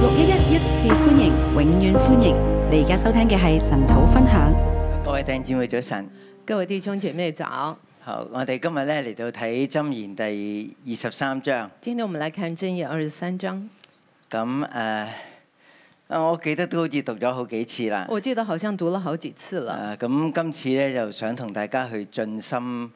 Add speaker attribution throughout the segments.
Speaker 1: 六一一一次歡迎，永遠歡迎！你而家收聽嘅係神土分享。
Speaker 2: 各位弟兄姊妹早晨，
Speaker 3: 各位弟兄姐妹早。
Speaker 2: 好，我哋今日咧嚟到睇箴言第二十三章。
Speaker 3: 今天我們來看箴言二十三章，
Speaker 2: 咁誒，啊、我記得都好似讀咗好幾次啦。
Speaker 3: 我記得好像讀了好幾次了。
Speaker 2: 誒，咁今次咧就想同大家去盡心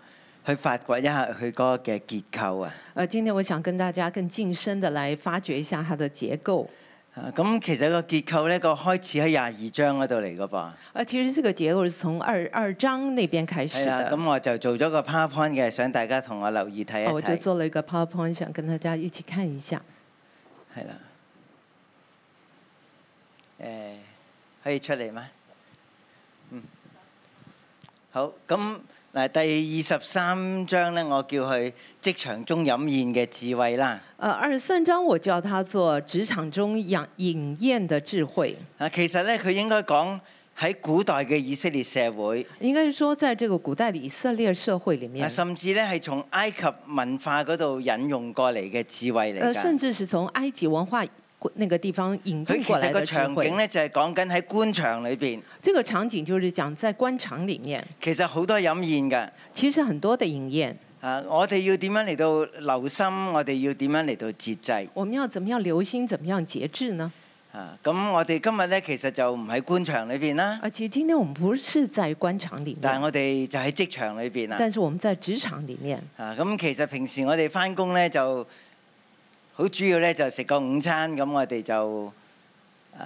Speaker 2: 去發掘一下佢嗰個嘅結構啊。
Speaker 3: 呃，今天我想跟大家更近身的來发掘一下它的結構。
Speaker 2: 啊咁其實個結構咧個開始喺廿二章嗰度嚟噶噃。
Speaker 3: 呃，其實這個結構是從二二章那邊開始
Speaker 2: 係啦，
Speaker 3: 的。
Speaker 2: 哎
Speaker 3: 啊
Speaker 2: 咁我就做咗個 PowerPoint 嘅，想大家同我留意睇一
Speaker 3: 呃我就
Speaker 2: 睇。
Speaker 3: 做了一個 PowerPoint，想跟大家一起看一下。
Speaker 2: 係啦。誒、可以出嚟嗎？嗯。好，咁嗱，第二十三章咧，我叫佢職場中飲宴嘅智慧啦。
Speaker 3: 呃，二十三章我叫它做職場中飲飲宴的智慧，
Speaker 2: 啊，其實咧，佢應該講喺古代嘅以色列社會，
Speaker 3: 應該是說在這個古代的以色列社會裡
Speaker 2: 啊，
Speaker 3: 面，
Speaker 2: 甚至咧係從埃及文化嗰度引用過嚟嘅智慧嚟
Speaker 3: 呃，甚
Speaker 2: 㗎。
Speaker 3: 至是從埃及文化那個地方引
Speaker 2: 佢
Speaker 3: 渡
Speaker 2: 其
Speaker 3: 過
Speaker 2: 實
Speaker 3: 來
Speaker 2: 個
Speaker 3: 的智
Speaker 2: 場
Speaker 3: 慧
Speaker 2: 景。咧就係講緊喺官場裏邊，
Speaker 3: 这个場景就是講在官場裡面，
Speaker 2: 其實好多飲宴㗎。
Speaker 3: 其實很多的飲宴，
Speaker 2: 啊！我哋要點樣嚟到留心？我哋要點樣嚟到節制？
Speaker 3: 我們要怎麼樣留心，怎麼樣節制呢？
Speaker 2: 啊！咁我哋今日咧，其實就唔喺官場裏邊啦，
Speaker 3: 而且今天我們不是在官場裡面，
Speaker 2: 但係
Speaker 3: 但
Speaker 2: 我哋就喺職場裏邊啦。
Speaker 3: 是我們在職場裡面。
Speaker 2: 啊！咁其實平時我哋翻工咧就好主要咧就食個午餐，咁我哋就誒，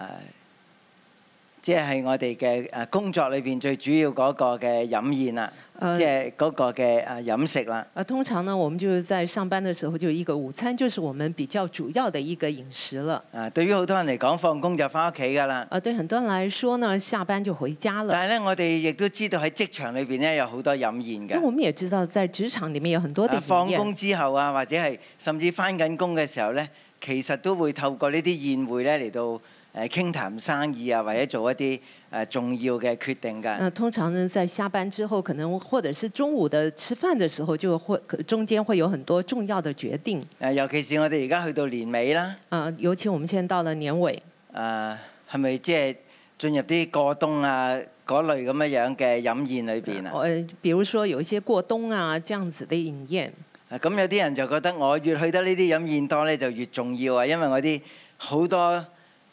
Speaker 2: 即係我哋嘅誒工作裏邊最主要嗰個嘅飲宴啦，
Speaker 3: 誒
Speaker 2: 即係嗰個嘅誒飲食啦。
Speaker 3: 呃，通常呢，我們就是在上班的時候，就一個午餐，就是我們比較主要的一個飲食了。
Speaker 2: 啊！對於好多人嚟講，放工就翻屋企㗎啦。
Speaker 3: 呃，對很多人來說呢，下班就回家了。
Speaker 2: 但係咧，我哋亦都知道喺職場裏邊咧有好多飲宴
Speaker 3: 那我
Speaker 2: 嘅。
Speaker 3: 們也知道，在職場裡面有很多的
Speaker 2: 啊放
Speaker 3: 飲宴，
Speaker 2: 工之後啊，或者係甚至翻緊工嘅時候咧，其實都會透過呢啲宴會咧嚟到誒傾談生意啊，或者做一啲誒重要嘅決定㗎。
Speaker 3: 那呃通常呢，在下班之後，可能或者是中午的吃飯的時候，就會可中間會有很多重要的決定。
Speaker 2: 誒，啊尤其是我哋而家去到年尾啦，
Speaker 3: 啊、尤其我們現在到了年尾，
Speaker 2: 誒係咪即係進入啲過冬啊嗰類咁樣樣嘅飲宴裏邊啊？
Speaker 3: 呃，比如說有一些過冬啊這樣子的飲宴，
Speaker 2: 啊咁有啲人就覺得我越去得呢啲飲宴多咧，就越重要啊，因為我啲好多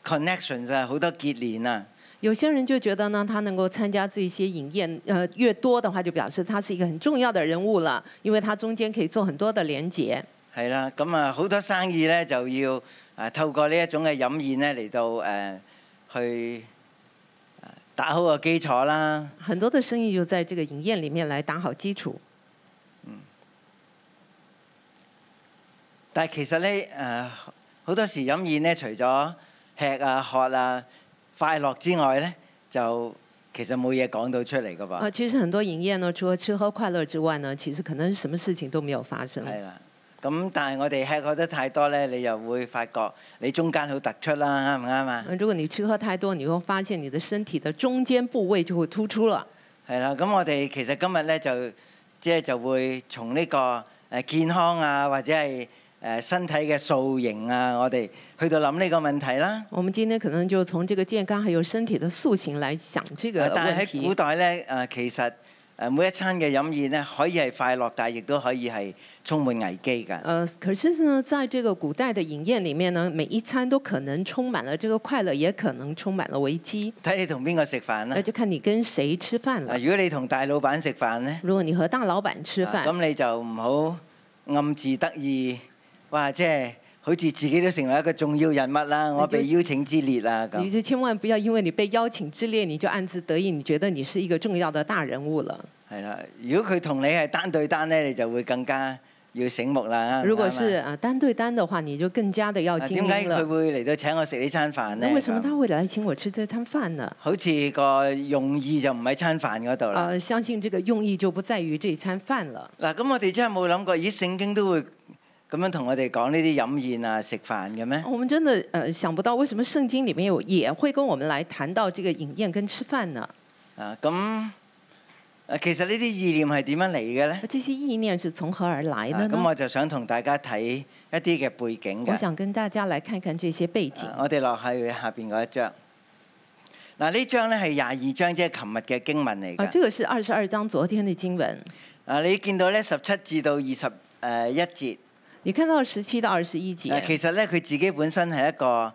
Speaker 2: connections 啊，好多結連啊。
Speaker 3: 有些人就覺得呢，他能夠參加這些飲宴，呃，越多的話就表示他是一個很重要的人物了，因為他中間可以做很多的連接。
Speaker 2: 係啦，咁啊好多生意咧就要啊透過呢一種嘅飲宴咧嚟到誒、呃去啊打好個基礎啦。
Speaker 3: 很多的生意就在這個飲宴裡面來打好基礎。
Speaker 2: 但係其實咧誒好多時飲宴咧，除咗吃啊喝啊快樂之外咧，就其實冇嘢講到出嚟噶
Speaker 3: 啊、
Speaker 2: 噃。
Speaker 3: 其實很多飲宴呢，除了吃喝快樂之外呢，其實可能什麼事情都沒有發生。
Speaker 2: 係啦。咁但係我哋吃喝得太多咧，你又會發覺你中間好突出啦，啱唔啱啊？
Speaker 3: 呃如果你吃喝太多，你會發現你的身體的中間部位就會突出了。
Speaker 2: 係啦，咁我哋其實今日咧就即係就會從呢個誒健康啊，或者係誒身體嘅塑形啊，我哋去到諗呢個問題啦。
Speaker 3: 我們今天可能就從這個健康還有身體的塑形來想這個
Speaker 2: 啊但
Speaker 3: 問
Speaker 2: 係喺古
Speaker 3: 題。
Speaker 2: 代咧誒，其實誒每一餐嘅飲宴咧，可以係快樂，但係亦都可以係充滿危機㗎。
Speaker 3: 呃，可是呢，在這個古代的飲宴裡面呢，每一餐都可能充滿了這個快樂，也可能充滿了危機，
Speaker 2: 睇你同邊個食飯啦
Speaker 3: 那。就看你跟誰吃飯
Speaker 2: 啊
Speaker 3: 了。
Speaker 2: 如果你同大老闆食飯咧，
Speaker 3: 如果你和大老闆吃
Speaker 2: 啊
Speaker 3: 飯，
Speaker 2: 咁你就唔好暗自得意，哇！即係好似自己都成為一個重要人物啦，我被邀請之列啦咁
Speaker 3: 你。就千萬不要因為你被邀請之列，你就暗自得意，你覺得你是一個重要的大人物了。
Speaker 2: 係啦，如果佢同你係單對單咧，你就會更加要醒目啦。啱唔啱啊
Speaker 3: 如果是啊單對單的話，你就更加的要
Speaker 2: 啊
Speaker 3: 精
Speaker 2: 點解
Speaker 3: 明
Speaker 2: 佢
Speaker 3: 了。
Speaker 2: 會嚟到請我食呢餐飯咧？
Speaker 3: 那為什麼他
Speaker 2: 咁
Speaker 3: 會來請我吃這餐飯呢？
Speaker 2: 好似個用意就唔喺餐飯嗰度啦。
Speaker 3: 呃，相信這個用意就不在於這一餐飯了。
Speaker 2: 嗱，咁我哋真係冇諗過，咦？聖經都會咁樣同我哋講呢啲飲宴啊、食飯嘅咩？
Speaker 3: 我們真的呃想不到，為什麼聖經裡面有也會跟我們來談到這個飲宴跟吃飯呢？
Speaker 2: 啊，咁啊其實呢啲意念係點樣嚟嘅呢
Speaker 3: 而？这些意念是从何而来
Speaker 2: 啊
Speaker 3: 的
Speaker 2: 咁、
Speaker 3: 呢？
Speaker 2: 我就想同大家睇一啲嘅背景
Speaker 3: 我
Speaker 2: 嘅。
Speaker 3: 想跟大家来看看这些背景
Speaker 2: 啊。我哋落去下邊嗰一章。嗱呢章咧係廿二章，即係琴日嘅經文嚟
Speaker 3: 啊，
Speaker 2: 嘅。
Speaker 3: 这个是二十二章昨天的经文，
Speaker 2: 啊，你見到咧十七至到二十誒一節，
Speaker 3: 你看到十七到二十一节
Speaker 2: 啊，其實咧佢自己本身係一個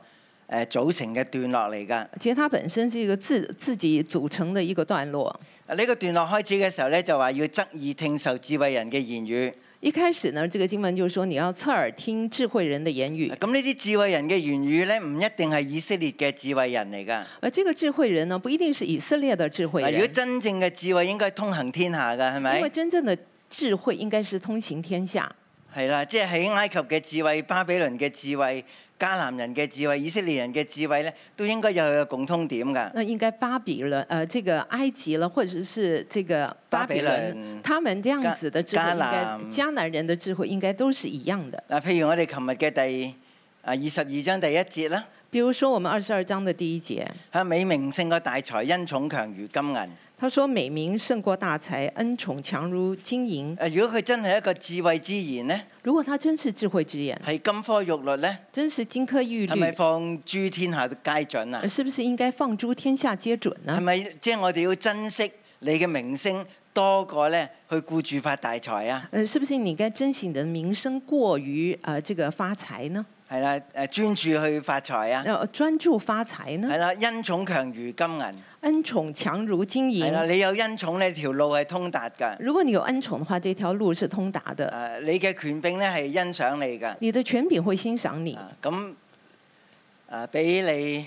Speaker 2: 誒組成嘅段落嚟㗎。
Speaker 3: 其实它本身是一个自自己组成的一个段落。
Speaker 2: 啊呢個段落開始嘅時候咧，就話要側耳聽受智慧人嘅言語。
Speaker 3: 一开始呢，这个经文就说你要侧耳听智慧人的言语，
Speaker 2: 咁呢啲智慧人嘅言語咧，唔一定係以色列嘅智慧人嚟㗎。
Speaker 3: 而这个智慧人呢，不一定是以色列的智慧
Speaker 2: 嗱，如果
Speaker 3: 人，
Speaker 2: 真正嘅智慧應該通行天下㗎，係
Speaker 3: 因为
Speaker 2: 咪？
Speaker 3: 真正的智慧应该是通行天下。
Speaker 2: 係啦，即係喺埃及嘅智慧、巴比倫嘅智慧、迦南人嘅智慧、以色列人嘅智慧咧，都應該有佢嘅共通點㗎。
Speaker 3: 那应该巴比伦，呃，这个埃及了，或者是这个巴比
Speaker 2: 巴比
Speaker 3: 伦
Speaker 2: 伦，
Speaker 3: 他们这样子的智慧，
Speaker 2: 迦
Speaker 3: 应该
Speaker 2: 迦南
Speaker 3: 迦南人的智慧应该都是一样的。
Speaker 2: 嗱，譬如我哋琴日嘅第啊二十二章第一節啦，
Speaker 3: 比如说我们二十二章的第一节，
Speaker 2: 嚇美名勝過大財，恩寵強如金啊銀。
Speaker 3: 他说：“美名胜过大财，恩宠强如金银。
Speaker 2: 誒，如果佢真係一個智慧之言咧，”
Speaker 3: 如果他真是智慧之眼，
Speaker 2: 係金科玉律咧，
Speaker 3: 真是金科玉
Speaker 2: 係咪
Speaker 3: 律，呃
Speaker 2: 放諸天下皆準啊？
Speaker 3: 是不是应该放诸天下皆准呢？
Speaker 2: 係咪即係我哋要珍惜你嘅名聲多過咧去顧住發大財啊？
Speaker 3: 呃，是不是你应该珍惜你的名声过于呃这个发财呢？
Speaker 2: 係啦，誒專注去發財啊！
Speaker 3: 要专注发财呢
Speaker 2: 係？啦，恩寵強如金銀。
Speaker 3: 恩宠强如金银
Speaker 2: 係。啦，你有恩寵呢條路係通達㗎。誒、
Speaker 3: 如果你有恩宠的话，这条路是通达的，
Speaker 2: 你嘅權柄咧係欣賞你㗎。
Speaker 3: 你的权柄会欣赏你，
Speaker 2: 啊，咁啊，俾你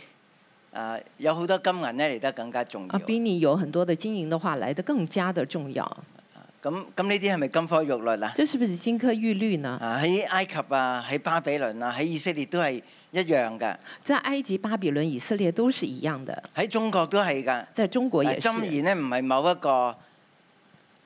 Speaker 2: 啊有好多金銀咧嚟得更加重要。
Speaker 3: 啊，比你有很多的金银的话来的更加的重要。
Speaker 2: 咁咁呢啲係咪金科玉律啊？
Speaker 3: 这是不是金科玉律呢？
Speaker 2: 啊，喺埃及啊，喺巴比倫啊，喺以色列都係一樣㗎，
Speaker 3: 在埃及、巴比伦、以色列都是一样的，
Speaker 2: 喺中國都係㗎。啊
Speaker 3: 在中国也是。
Speaker 2: 箴言咧唔係某一個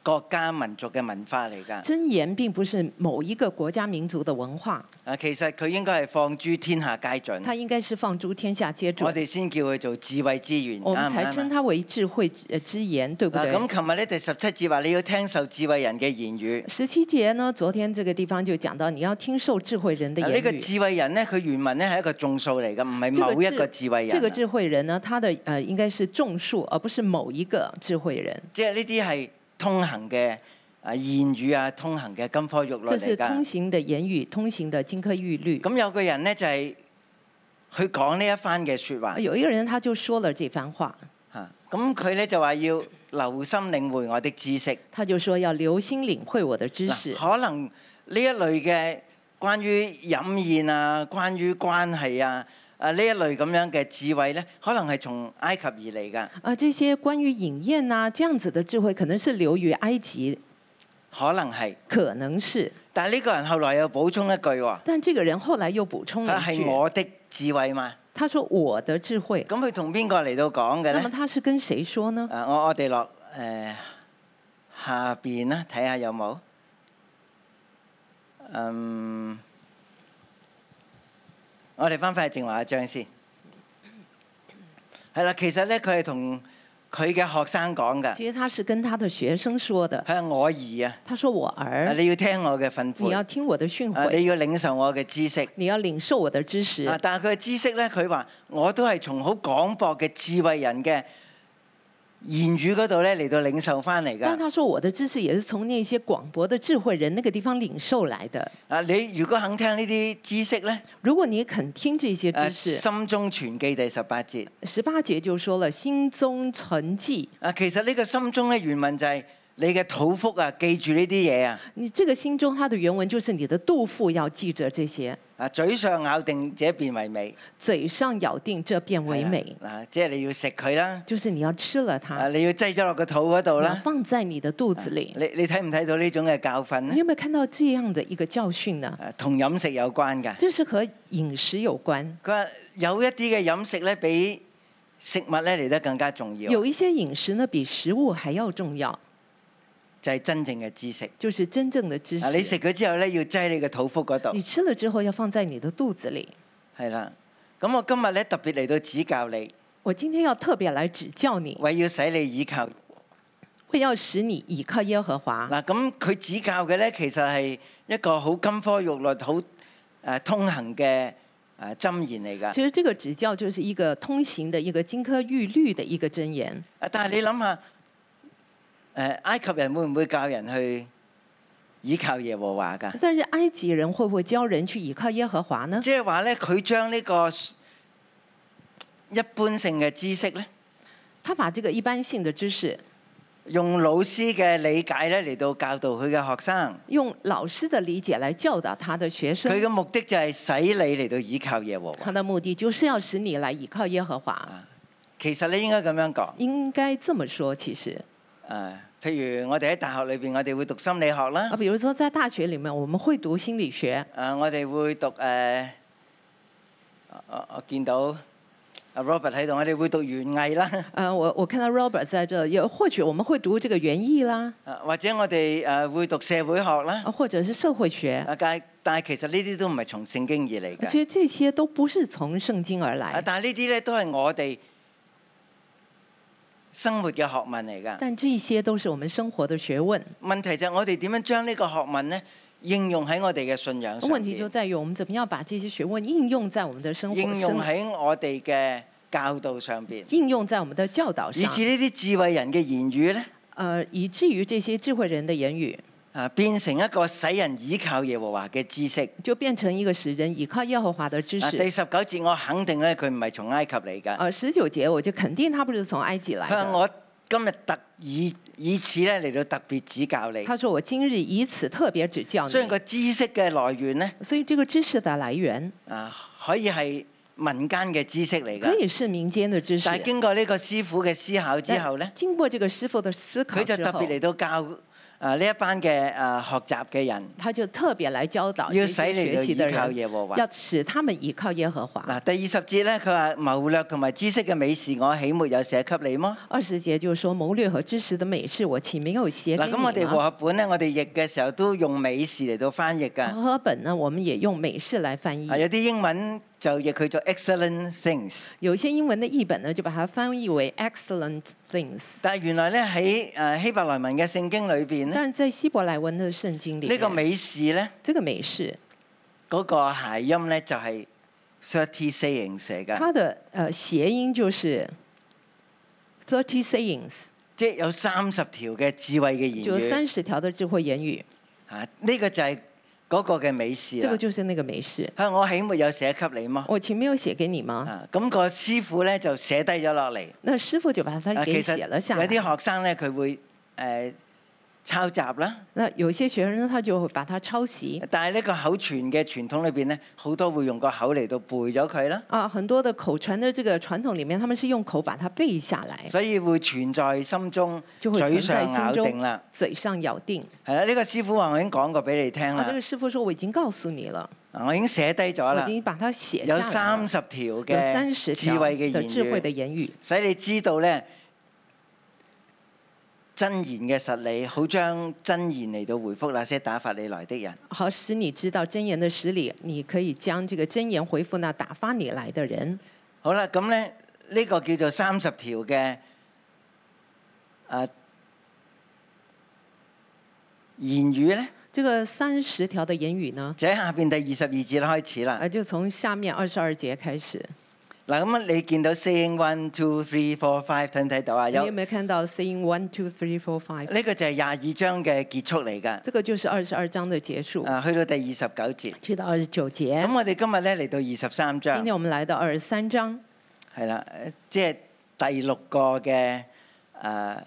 Speaker 2: 國家民族嘅文化嚟㗎。
Speaker 3: 箴言並不是某一個國家民族的文化，
Speaker 2: 啊，其實佢應該係放諸天下皆準，
Speaker 3: 它應該是放諸天下皆
Speaker 2: 我
Speaker 3: 準。
Speaker 2: 哋先叫佢做智慧之源，
Speaker 3: 我們
Speaker 2: 啱唔
Speaker 3: 才稱
Speaker 2: 啱啊？
Speaker 3: 它為智慧之呃之言，對不
Speaker 2: 嗱，
Speaker 3: 對？
Speaker 2: 啊咁琴日咧第十七節話你要聽受智慧人嘅言語。
Speaker 3: 十七節呢，昨天這個地方就講到，你要聽受智慧人的
Speaker 2: 嗱
Speaker 3: 言
Speaker 2: 啊呢個
Speaker 3: 語。
Speaker 2: 智慧人咧，佢原文咧係一個眾數嚟㗎，唔係某一個智慧人
Speaker 3: 這個
Speaker 2: 啊。
Speaker 3: 智慧人呢，他的呃應該是眾數，而不是某一個智慧人。
Speaker 2: 即係呢啲係通行嘅啊言語啊，通行嘅金科玉律
Speaker 3: 這是
Speaker 2: 嚟
Speaker 3: 通
Speaker 2: 㗎。
Speaker 3: 行的言語，通行的金科玉律。
Speaker 2: 咁有個人咧就係佢講呢一番嘅説話。
Speaker 3: 有一個人他就說了這番話，
Speaker 2: 嚇，咁佢咧就話要留心領會我的知識。
Speaker 3: 他就說要留心領會我的知識
Speaker 2: 嗱，。可能呢一類嘅關於飲宴啊、關於關係啊、啊呢一類咁樣嘅智慧咧，可能係從埃及而嚟㗎，
Speaker 3: 啊，這些關於飲宴呐、這樣子的智慧，可能是流于埃及，
Speaker 2: 可能係。
Speaker 3: 可能是。
Speaker 2: 但係呢個人後來又補充一句喎，
Speaker 3: 但这個人後來又補充
Speaker 2: 佢
Speaker 3: 了一
Speaker 2: 係
Speaker 3: 句，
Speaker 2: 我的智慧嘛。
Speaker 3: 他說我的智慧。
Speaker 2: 咁佢同邊個嚟到講嘅
Speaker 3: 那麼
Speaker 2: 咧？
Speaker 3: 他是跟誰說呢？
Speaker 2: 啊，我我哋落誒下邊啦，睇下有冇。嗯，我哋翻返去正話一章先。係啦，其實咧佢係同佢嘅學生講㗎，
Speaker 3: 其實他是跟他的學生說的。
Speaker 2: 佢係我兒啊，
Speaker 3: 他說我兒，
Speaker 2: 你要聽我嘅訓
Speaker 3: 嗯你要
Speaker 2: 誨，
Speaker 3: 聽我的訓
Speaker 2: 啊
Speaker 3: 誨，
Speaker 2: 你要領受我嘅知識。
Speaker 3: 你要領受我的知識。
Speaker 2: 啊！但係佢嘅知識咧，佢話我都係從好廣博嘅智慧人嘅言語嗰度咧嚟到領受翻嚟
Speaker 3: 但
Speaker 2: 㗎。
Speaker 3: 他說我的知識也是從那些廣博的智慧人那個地方領受來的。
Speaker 2: 啊！你如果肯聽呢啲知識咧，
Speaker 3: 如果你肯聽這些
Speaker 2: 啊
Speaker 3: 知識，
Speaker 2: 心中存記第十八節。
Speaker 3: 十八節就說了心中存記。
Speaker 2: 啊，其實呢個心中咧原文就係你嘅肚腹啊，記住呢啲嘢啊。
Speaker 3: 你這個心中，它的原文就是你的肚腹要記着這些，
Speaker 2: 啊，嘴上咬定這變為美，
Speaker 3: 嘴上咬定，這便為美
Speaker 2: 係，啦嗱，即係你要食佢啦，
Speaker 3: 就是你要吃了它，
Speaker 2: 哎啊，你要擠咗落個肚嗰度
Speaker 3: 你要
Speaker 2: 啦。啊
Speaker 3: 放在你的肚子裡。
Speaker 2: 你你睇唔睇到呢種嘅教訓
Speaker 3: 你
Speaker 2: 咧？
Speaker 3: 有沒有看到這樣的一個教訓呢？
Speaker 2: 啊，同飲食有關㗎。
Speaker 3: 這是和飲食有關，
Speaker 2: 佢話有一啲嘅飲食咧，比食物咧嚟得更加重要，
Speaker 3: 有一些飲食呢比食物還要重要，
Speaker 2: 就係真正嘅知識。
Speaker 3: 就是真正的知
Speaker 2: 啊，你食
Speaker 3: 識。
Speaker 2: 咗之後咧，要擠你個肚腹嗰度
Speaker 3: 你，吃了之後要放在你的肚子裡。
Speaker 2: 係啦。咁我今日咧特別嚟到指教你，
Speaker 3: 我今天要特別來指教你，
Speaker 2: 為要使你倚靠
Speaker 3: 为要使你倚靠耶和华。
Speaker 2: 嗱，咁佢指教嘅咧，其實係一個好金科玉律、好誒通行嘅誒箴言嚟㗎。
Speaker 3: 其实这个指教就是一个通行的一个金科玉律的一个箴言。
Speaker 2: 啊但係你諗下，誒埃及人會唔會教人去倚靠耶和華㗎？
Speaker 3: 但是埃及人会不会教人去倚靠耶和华呢？
Speaker 2: 即係話咧，佢將呢個一般性嘅知識咧，
Speaker 3: 他把这个一般性的知识，
Speaker 2: 用老師嘅理解咧嚟到教導佢嘅學生。
Speaker 3: 用老师的理解来教导他的学
Speaker 2: 佢
Speaker 3: 生。
Speaker 2: 嘅目的就係使你嚟到倚靠耶和華。
Speaker 3: 他的目的就是要使你来倚靠耶和华。
Speaker 2: 啊，其實你應該咁樣講。
Speaker 3: 应该这么说，其實
Speaker 2: 誒，譬如我哋喺大學裏邊，我哋會讀心理學啦
Speaker 3: 啊，。比如说在大学里面，我们會讀心理學，
Speaker 2: 誒、我哋會讀誒、我我我見到阿 Robert 喺度，我哋會讀園藝啦，
Speaker 3: 呃，我我看到 Robert 在這，也或許我們會讀這個園藝啦，
Speaker 2: 啊或者我哋誒、會讀社會學啦。
Speaker 3: 啊，或者是社會學，
Speaker 2: 啊，但係但係其實呢啲都唔係從聖經而嚟嘅。
Speaker 3: 其實這些都不是從聖經而
Speaker 2: 啊，
Speaker 3: 來，
Speaker 2: 但係呢啲咧都係我哋生活嘅學問嚟㗎。
Speaker 3: 但這些都是我們生活的學問。
Speaker 2: 問題就係我哋點樣將呢個學問咧應用喺我哋嘅信仰上
Speaker 3: 問題就
Speaker 2: 邊，
Speaker 3: 在於我們怎麼樣把這些學問應用在我們的生活
Speaker 2: 應
Speaker 3: 生
Speaker 2: 用喺我哋嘅教導上邊，
Speaker 3: 應用在我們的教導
Speaker 2: 以
Speaker 3: 上，
Speaker 2: 至呢啲智慧人嘅言語咧。
Speaker 3: 呃，以至於這些智慧人的言語
Speaker 2: 啊，變成一個使人倚靠耶和華嘅知識。
Speaker 3: 就變成一個使人倚靠耶和華的知
Speaker 2: 啊，第
Speaker 3: 識。
Speaker 2: 十九節我肯定咧，佢唔係從埃及嚟㗎。
Speaker 3: 呃，十九節我就肯定他不是從埃及來
Speaker 2: 佢話
Speaker 3: 的。
Speaker 2: 我今日特以以此咧嚟到特別指教你。
Speaker 3: 他说：“嗯我今日以此特別指教你。
Speaker 2: 雖然個知識嘅來源咧，
Speaker 3: 所以这个知識的來源
Speaker 2: 啊，可以係民間嘅知識嚟
Speaker 3: 可
Speaker 2: 㗎，
Speaker 3: 以是民間的知識，
Speaker 2: 啊但係經過呢個師傅嘅思考之後咧
Speaker 3: 但，經過這個師傅的思考
Speaker 2: 佢就
Speaker 3: 之
Speaker 2: 特
Speaker 3: 後
Speaker 2: 別，嚟到教啊呢一班嘅啊學習嘅人，
Speaker 3: 他就特別來教導
Speaker 2: 要
Speaker 3: 這
Speaker 2: 使
Speaker 3: 些
Speaker 2: 你
Speaker 3: 哦學
Speaker 2: 到
Speaker 3: 習
Speaker 2: 倚
Speaker 3: 的
Speaker 2: 靠
Speaker 3: 人，
Speaker 2: 耶和華。
Speaker 3: 要使他們倚靠耶和華。
Speaker 2: 嗱，第二十節咧，佢話謀略同埋知識嘅美事，我豈沒有寫給你麼？
Speaker 3: 二十節就是說謀略和知識的美事，我岂沒有啊寫給
Speaker 2: 嗱，
Speaker 3: 你
Speaker 2: 咁我哋和
Speaker 3: 嗎？
Speaker 2: 合本咧，我哋譯嘅時候都用美事嚟到翻譯㗎。
Speaker 3: 和合本呢，我們也用美事來翻
Speaker 2: 啊，
Speaker 3: 譯。
Speaker 2: 有啲英文就譯佢做 excellent things，
Speaker 3: 有一些英文的譯本呢，就把它翻譯為 excellent things。
Speaker 2: 但係原來咧喺誒希伯來文嘅聖經裏邊咧，
Speaker 3: 但是在希伯來文的聖經裡
Speaker 2: 呢
Speaker 3: 面，
Speaker 2: 個嗯美事咧
Speaker 3: 這個美事，
Speaker 2: 嗰個諧音咧就係 thirty sayings 嚟㗎，
Speaker 3: 它的呃諧音就是 thirty sayings。
Speaker 2: 即係有三十條嘅智慧嘅言
Speaker 3: 就
Speaker 2: 語。
Speaker 3: 三十條的智慧言語，
Speaker 2: 啊，呢個就係嗰個嘅美事
Speaker 3: 這
Speaker 2: 啦
Speaker 3: 個。就是那個美事。
Speaker 2: 啊，我豈沒有寫給你麼？
Speaker 3: 我前面有寫給你嗎？
Speaker 2: 啊，咁個師傅咧就寫低咗落嚟。
Speaker 3: 那師傅就把它
Speaker 2: 啊，
Speaker 3: 給
Speaker 2: 其
Speaker 3: 寫
Speaker 2: 實
Speaker 3: 了下
Speaker 2: 有
Speaker 3: 來。
Speaker 2: 啲學生咧佢會誒抄襲啦。
Speaker 3: 那有些學生呢，他就會把它抄襲
Speaker 2: 但係呢個口傳嘅傳統裏邊咧，好多會用個口嚟到背咗佢啦，
Speaker 3: 啊。很多的口傳的這個傳統裡面，他們是用口把它背下來，
Speaker 2: 所以會存在心中，
Speaker 3: 就會
Speaker 2: 嘴
Speaker 3: 存
Speaker 2: 上
Speaker 3: 在
Speaker 2: 咬
Speaker 3: 心
Speaker 2: 定啦
Speaker 3: 中。，嘴上咬定。
Speaker 2: 係啦，呢、個師傅話我已經講過俾你聽
Speaker 3: 啊，
Speaker 2: 啦
Speaker 3: 這，個師傅說我已經告訴你了，
Speaker 2: 啊我已經寫低咗
Speaker 3: 我已
Speaker 2: 啦，
Speaker 3: 經把它寫下
Speaker 2: 有
Speaker 3: 來
Speaker 2: 三
Speaker 3: 了。
Speaker 2: 十條
Speaker 3: 有三十
Speaker 2: 嘅智
Speaker 3: 條
Speaker 2: 慧嘅
Speaker 3: 的智慧
Speaker 2: 言
Speaker 3: 的
Speaker 2: 語，
Speaker 3: 言語，
Speaker 2: 使你知道咧真言嘅實理，好將真言嚟到回覆那些打發你來的人。
Speaker 3: 好使你知道真言的實理。你可以將這個真言回復那打發你來的人。
Speaker 2: 好啦，咁咧呢、個叫做三十條嘅啊言語咧，
Speaker 3: 這個三十條的言語呢，
Speaker 2: 就喺下邊第二十二節開始啦
Speaker 3: 呃，。就從下面二十二節開始，
Speaker 2: 嗱，咁你見到 saying one two three four five 睇唔睇到啊？
Speaker 3: 哎你
Speaker 2: 有
Speaker 3: 有沒有看到 saying one two three four five？
Speaker 2: 呢個就係廿二章嘅結束嚟㗎。
Speaker 3: 這個就是二十二章的結束，
Speaker 2: 啊，去啊到第二十九節。
Speaker 3: 去到二十九節。
Speaker 2: 咁我哋今日咧嚟到二十三
Speaker 3: 今
Speaker 2: 章
Speaker 3: 天，我們來到二十三章，
Speaker 2: 係啦，誒即係第六個嘅啊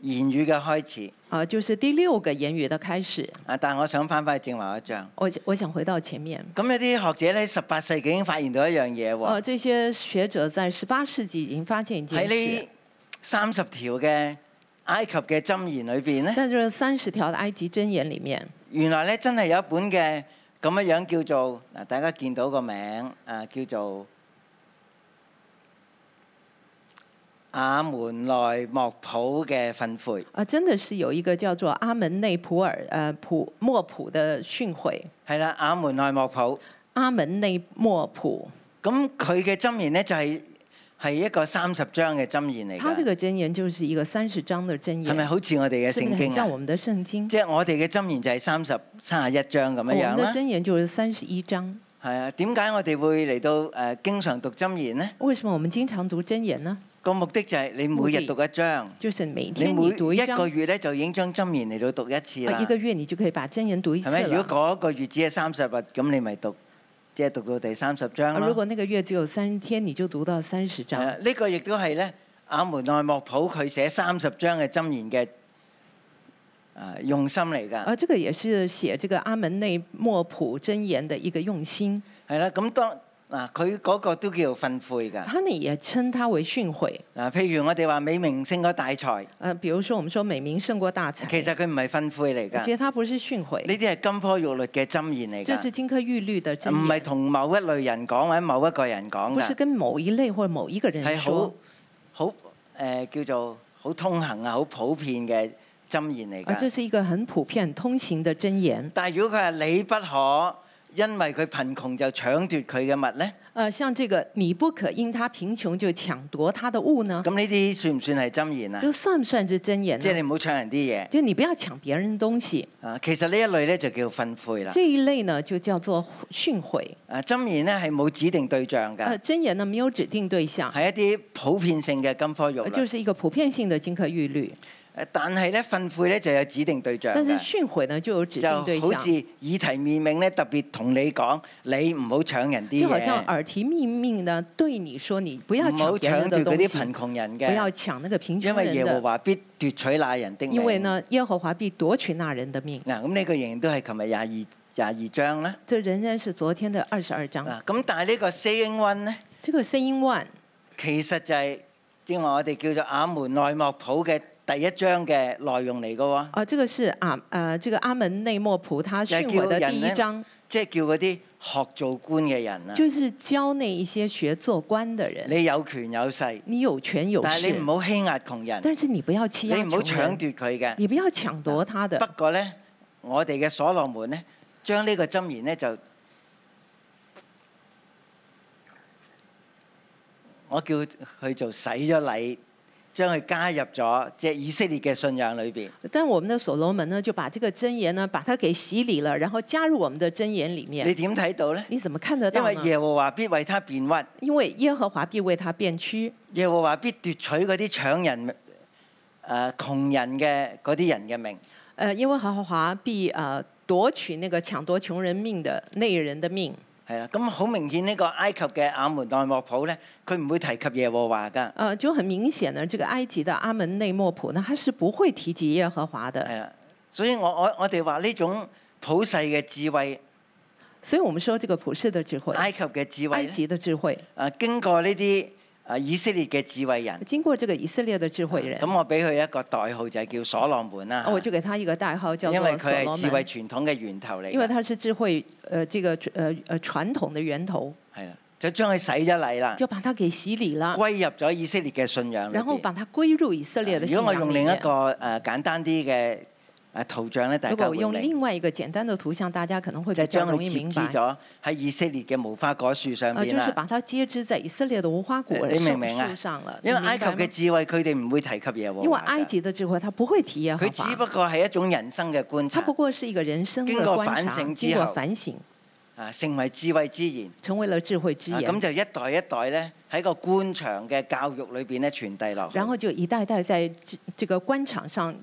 Speaker 2: 言語嘅開始。
Speaker 3: 啊、就是第六個言語的開始。
Speaker 2: 啊，但係我想翻返去正話一章。
Speaker 3: 我我想回到前面，
Speaker 2: 咁有啲學者咧，十八世紀已經發現到一樣嘢
Speaker 3: 呃，
Speaker 2: 喎，
Speaker 3: 這些學者在十八世紀已經發現一件
Speaker 2: 喺
Speaker 3: 事
Speaker 2: 呢，三十條嘅埃及嘅箴言裏邊咧，
Speaker 3: 在這三十條的埃及箴言裡面，
Speaker 2: 原來咧真係有一本嘅咁樣樣叫做嗱，大家見到個名啊，叫做亞門內莫普嘅訓誨，
Speaker 3: 啊、真的是有一個叫做阿門內普爾呃普莫普的訓誨，
Speaker 2: 係啦，亞門內莫普。
Speaker 3: 阿門內莫普。
Speaker 2: 咁佢嘅箴言咧就係、係一個三十章嘅箴言嚟
Speaker 3: 它這
Speaker 2: 㗎，
Speaker 3: 個箴言就是一個三十章的箴
Speaker 2: 係咪
Speaker 3: 言，
Speaker 2: 好似我哋嘅
Speaker 3: 是不
Speaker 2: 聖
Speaker 3: 是很
Speaker 2: 經
Speaker 3: 像我
Speaker 2: 啊？
Speaker 3: 們的聖經？
Speaker 2: 即係我哋嘅箴言就係三十三十一章咁
Speaker 3: 哦我
Speaker 2: 樣
Speaker 3: 們
Speaker 2: 樣
Speaker 3: 的
Speaker 2: 啦。
Speaker 3: 箴言就是三十一章。
Speaker 2: 係啊，點解我哋會嚟到誒、呃、經常讀箴言呢？
Speaker 3: 為什麼我們經常讀箴言呢？
Speaker 2: 個目的就係你
Speaker 3: 目
Speaker 2: 每日
Speaker 3: 的
Speaker 2: 讀一章，
Speaker 3: 就是每
Speaker 2: 你
Speaker 3: 天
Speaker 2: 每
Speaker 3: 你讀一
Speaker 2: 一
Speaker 3: 章，
Speaker 2: 個月咧就已經將箴言嚟到讀一次
Speaker 3: 啊
Speaker 2: 啦
Speaker 3: 一。個月你就可以把箴言讀一次
Speaker 2: 係咪？如
Speaker 3: 了。
Speaker 2: 果嗰一個月只係三十日，咁你咪讀，即係讀到第三十章
Speaker 3: 啊如
Speaker 2: 咯。
Speaker 3: 果那個月只有三天，你就讀到三十
Speaker 2: 係
Speaker 3: 章
Speaker 2: 啦。呃呢個亦都係咧，阿門內莫普佢寫三十章嘅箴言嘅啊用心嚟㗎。
Speaker 3: 而這個也是寫這個阿門內莫普箴言的一個用心，
Speaker 2: 係啦，咁當嗱佢嗰個都叫訓悔㗎。
Speaker 3: 他呢也稱它為訓誨。
Speaker 2: 嗱，譬如我哋話美名勝過大財，
Speaker 3: 呃，比如說我們說美名勝過大財，
Speaker 2: 其實佢唔係訓悔嚟
Speaker 3: 其
Speaker 2: 㗎，
Speaker 3: 實它不是訓誨，
Speaker 2: 呢啲係金科玉律嘅箴言嚟
Speaker 3: 這是
Speaker 2: 㗎，
Speaker 3: 金科玉律的箴言，
Speaker 2: 唔係同某一類人講或者某一個人講
Speaker 3: 不是
Speaker 2: 㗎，
Speaker 3: 跟某一類或某一個人
Speaker 2: 係好
Speaker 3: 說，
Speaker 2: 好呃誒叫做好通行啊，好普遍嘅箴言嚟
Speaker 3: 而
Speaker 2: 㗎
Speaker 3: 這。啊是一個很普遍通行的箴言。
Speaker 2: 但係如果佢係你不可，因為佢貧窮就搶奪佢嘅物呢，
Speaker 3: 呃，像這個你不可因他貧窮就搶奪他的物呢，
Speaker 2: 咁呢啲算唔算係箴言啊？
Speaker 3: 就算不算是箴言
Speaker 2: 即係
Speaker 3: 呢？
Speaker 2: 你唔好搶人啲嘢
Speaker 3: 就你不要搶別人的東西，
Speaker 2: 啊！其實呢一類呢就叫訓悔啦。
Speaker 3: 這一類呢就叫做訓誨。
Speaker 2: 啊，箴言呢係冇指定對象
Speaker 3: 呃，
Speaker 2: 㗎，
Speaker 3: 箴言呢沒有指定對象，
Speaker 2: 係一啲普遍性嘅金科玉
Speaker 3: 呃
Speaker 2: 律
Speaker 3: 就。是一個普遍性的金科玉律。
Speaker 2: 誒但係咧訓悔咧就有指定對象
Speaker 3: 但是
Speaker 2: 㗎，
Speaker 3: 訓誨呢就有指
Speaker 2: 就
Speaker 3: 定對象
Speaker 2: 好，似以提面命咧，特別同你講，你唔好搶人啲
Speaker 3: 就好像
Speaker 2: 嘢，
Speaker 3: 耳提面命呢對你說你不要
Speaker 2: 唔好
Speaker 3: 搶別人
Speaker 2: 搶
Speaker 3: 的
Speaker 2: 奪嗰
Speaker 3: 東
Speaker 2: 啲貧
Speaker 3: 西，
Speaker 2: 窮人
Speaker 3: 不要
Speaker 2: 嘅，
Speaker 3: 搶那個貧
Speaker 2: 哎因
Speaker 3: 窮
Speaker 2: 為
Speaker 3: 人
Speaker 2: 耶和
Speaker 3: 的，
Speaker 2: 華必奪取那人的
Speaker 3: 因為
Speaker 2: 命。嗱，
Speaker 3: 呢耶和華必奪取那人的命。
Speaker 2: 咁呢個仍然都係琴日廿二廿二章啦。
Speaker 3: 這仍然是昨天的二十二章。
Speaker 2: 嗱，咁但係呢個 saying one 咧，
Speaker 3: 這個 saying one
Speaker 2: 其實就係正話我哋叫做阿門內幕譜嘅第一章嘅內容嚟嘅喎，
Speaker 3: 啊，這個是啊，呃，這個阿門內莫普他
Speaker 2: 要
Speaker 3: 训
Speaker 2: 叫
Speaker 3: 我的
Speaker 2: 人
Speaker 3: 第
Speaker 2: 呢
Speaker 3: 一章，
Speaker 2: 即係叫嗰啲學做官嘅人啊，
Speaker 3: 就是教那一些學做官的人，
Speaker 2: 你有權有勢，
Speaker 3: 你有權有
Speaker 2: 但係你
Speaker 3: 勢
Speaker 2: 唔，好欺壓窮人。
Speaker 3: 但是你不要欺
Speaker 2: 你
Speaker 3: 壓
Speaker 2: 唔好
Speaker 3: 窮
Speaker 2: 搶
Speaker 3: 人，
Speaker 2: 奪佢嘅。
Speaker 3: 你不要搶奪他
Speaker 2: 不
Speaker 3: 的。
Speaker 2: 過咧，我哋嘅所羅門咧，將呢個箴言咧就，我叫佢做洗咗禮，將佢加入咗即係以色列嘅信仰裏邊。
Speaker 3: 但我們的所羅門呢，就把這個箴言呢，把它給洗禮了，然後加入我們的箴言裡
Speaker 2: 你
Speaker 3: 面。
Speaker 2: 點睇到咧？
Speaker 3: 你怎麼看得
Speaker 2: 因
Speaker 3: 到
Speaker 2: 為
Speaker 3: 呢？
Speaker 2: 耶和華必為他辯屈，
Speaker 3: 因為耶和華必為他辯屈，
Speaker 2: 耶和華必奪取嗰啲搶人誒、呃、窮人嘅嗰啲人嘅命。
Speaker 3: 呃，因為耶和華必呃奪取那個搶奪窮人命的那人的命。
Speaker 2: 係啦，咁好明顯呢個埃及嘅亞門內莫普咧，佢唔會提及耶和華㗎。
Speaker 3: 呃，就很明顯呢，這個埃及的阿門內莫普呢，他是不會提及耶和華的。
Speaker 2: 係啦，哎所以我我我哋話呢種普世嘅智慧、
Speaker 3: 所以我们说这个普世的智慧，
Speaker 2: 埃及嘅智慧
Speaker 3: 埃
Speaker 2: 咧，
Speaker 3: 及的智慧，
Speaker 2: 啊經過呢啲啊以色列嘅智慧人，
Speaker 3: 经过这个以色列的智慧人，哦
Speaker 2: 咁我俾佢一個代號就係叫所羅門啦，
Speaker 3: 我就给他一个代号叫
Speaker 2: 啊因為
Speaker 3: 做
Speaker 2: 佢
Speaker 3: 所
Speaker 2: 係
Speaker 3: 罗
Speaker 2: 智慧
Speaker 3: 门，
Speaker 2: 傳統嘅源頭嚟
Speaker 3: 因为
Speaker 2: 㗎，
Speaker 3: 他是智慧呃这个呃呃传統的源頭，
Speaker 2: 係啦，就將佢洗咗禮啦，
Speaker 3: 就把他給洗禮了，
Speaker 2: 歸入咗以色列嘅信仰裏
Speaker 3: 然後
Speaker 2: 邊。
Speaker 3: 把他歸入以色列的信
Speaker 2: 啊如果
Speaker 3: 仰
Speaker 2: 我
Speaker 3: 裡
Speaker 2: 用另一
Speaker 3: 面。
Speaker 2: 個誒簡單啲嘅誒圖像咧，大
Speaker 3: 如
Speaker 2: 家
Speaker 3: 果
Speaker 2: 會
Speaker 3: 我用
Speaker 2: 明，
Speaker 3: 另外一個簡單的圖像，大家可能會
Speaker 2: 就
Speaker 3: 比
Speaker 2: 係
Speaker 3: 較
Speaker 2: 將
Speaker 3: 容易
Speaker 2: 佢截
Speaker 3: 明
Speaker 2: 肢
Speaker 3: 白。
Speaker 2: 咗喺以色列嘅無花果樹上
Speaker 3: 呃，
Speaker 2: 邊
Speaker 3: 就是
Speaker 2: 啦。
Speaker 3: 把它接枝在以色列的無花果
Speaker 2: 你明唔明啊
Speaker 3: 樹上了。
Speaker 2: 因為
Speaker 3: 你
Speaker 2: 埃
Speaker 3: 明
Speaker 2: 及
Speaker 3: 白嗎
Speaker 2: 嘅智慧，佢哋唔會提及耶和華㗎。
Speaker 3: 因為埃及的智慧，他不會提耶和
Speaker 2: 佢只
Speaker 3: 華，
Speaker 2: 不過係一種人生嘅觀
Speaker 3: 啊他
Speaker 2: 察
Speaker 3: 不，過是一個人生的
Speaker 2: 經過
Speaker 3: 觀
Speaker 2: 反
Speaker 3: 察，
Speaker 2: 省之
Speaker 3: 經過
Speaker 2: 後
Speaker 3: 反省，
Speaker 2: 啊，成為智慧之言。
Speaker 3: 成為了智慧之
Speaker 2: 啊
Speaker 3: 言
Speaker 2: 咁。就一代一代咧喺個官場嘅教育裏邊咧傳遞落去。
Speaker 3: 然後就一代代在這这個官場上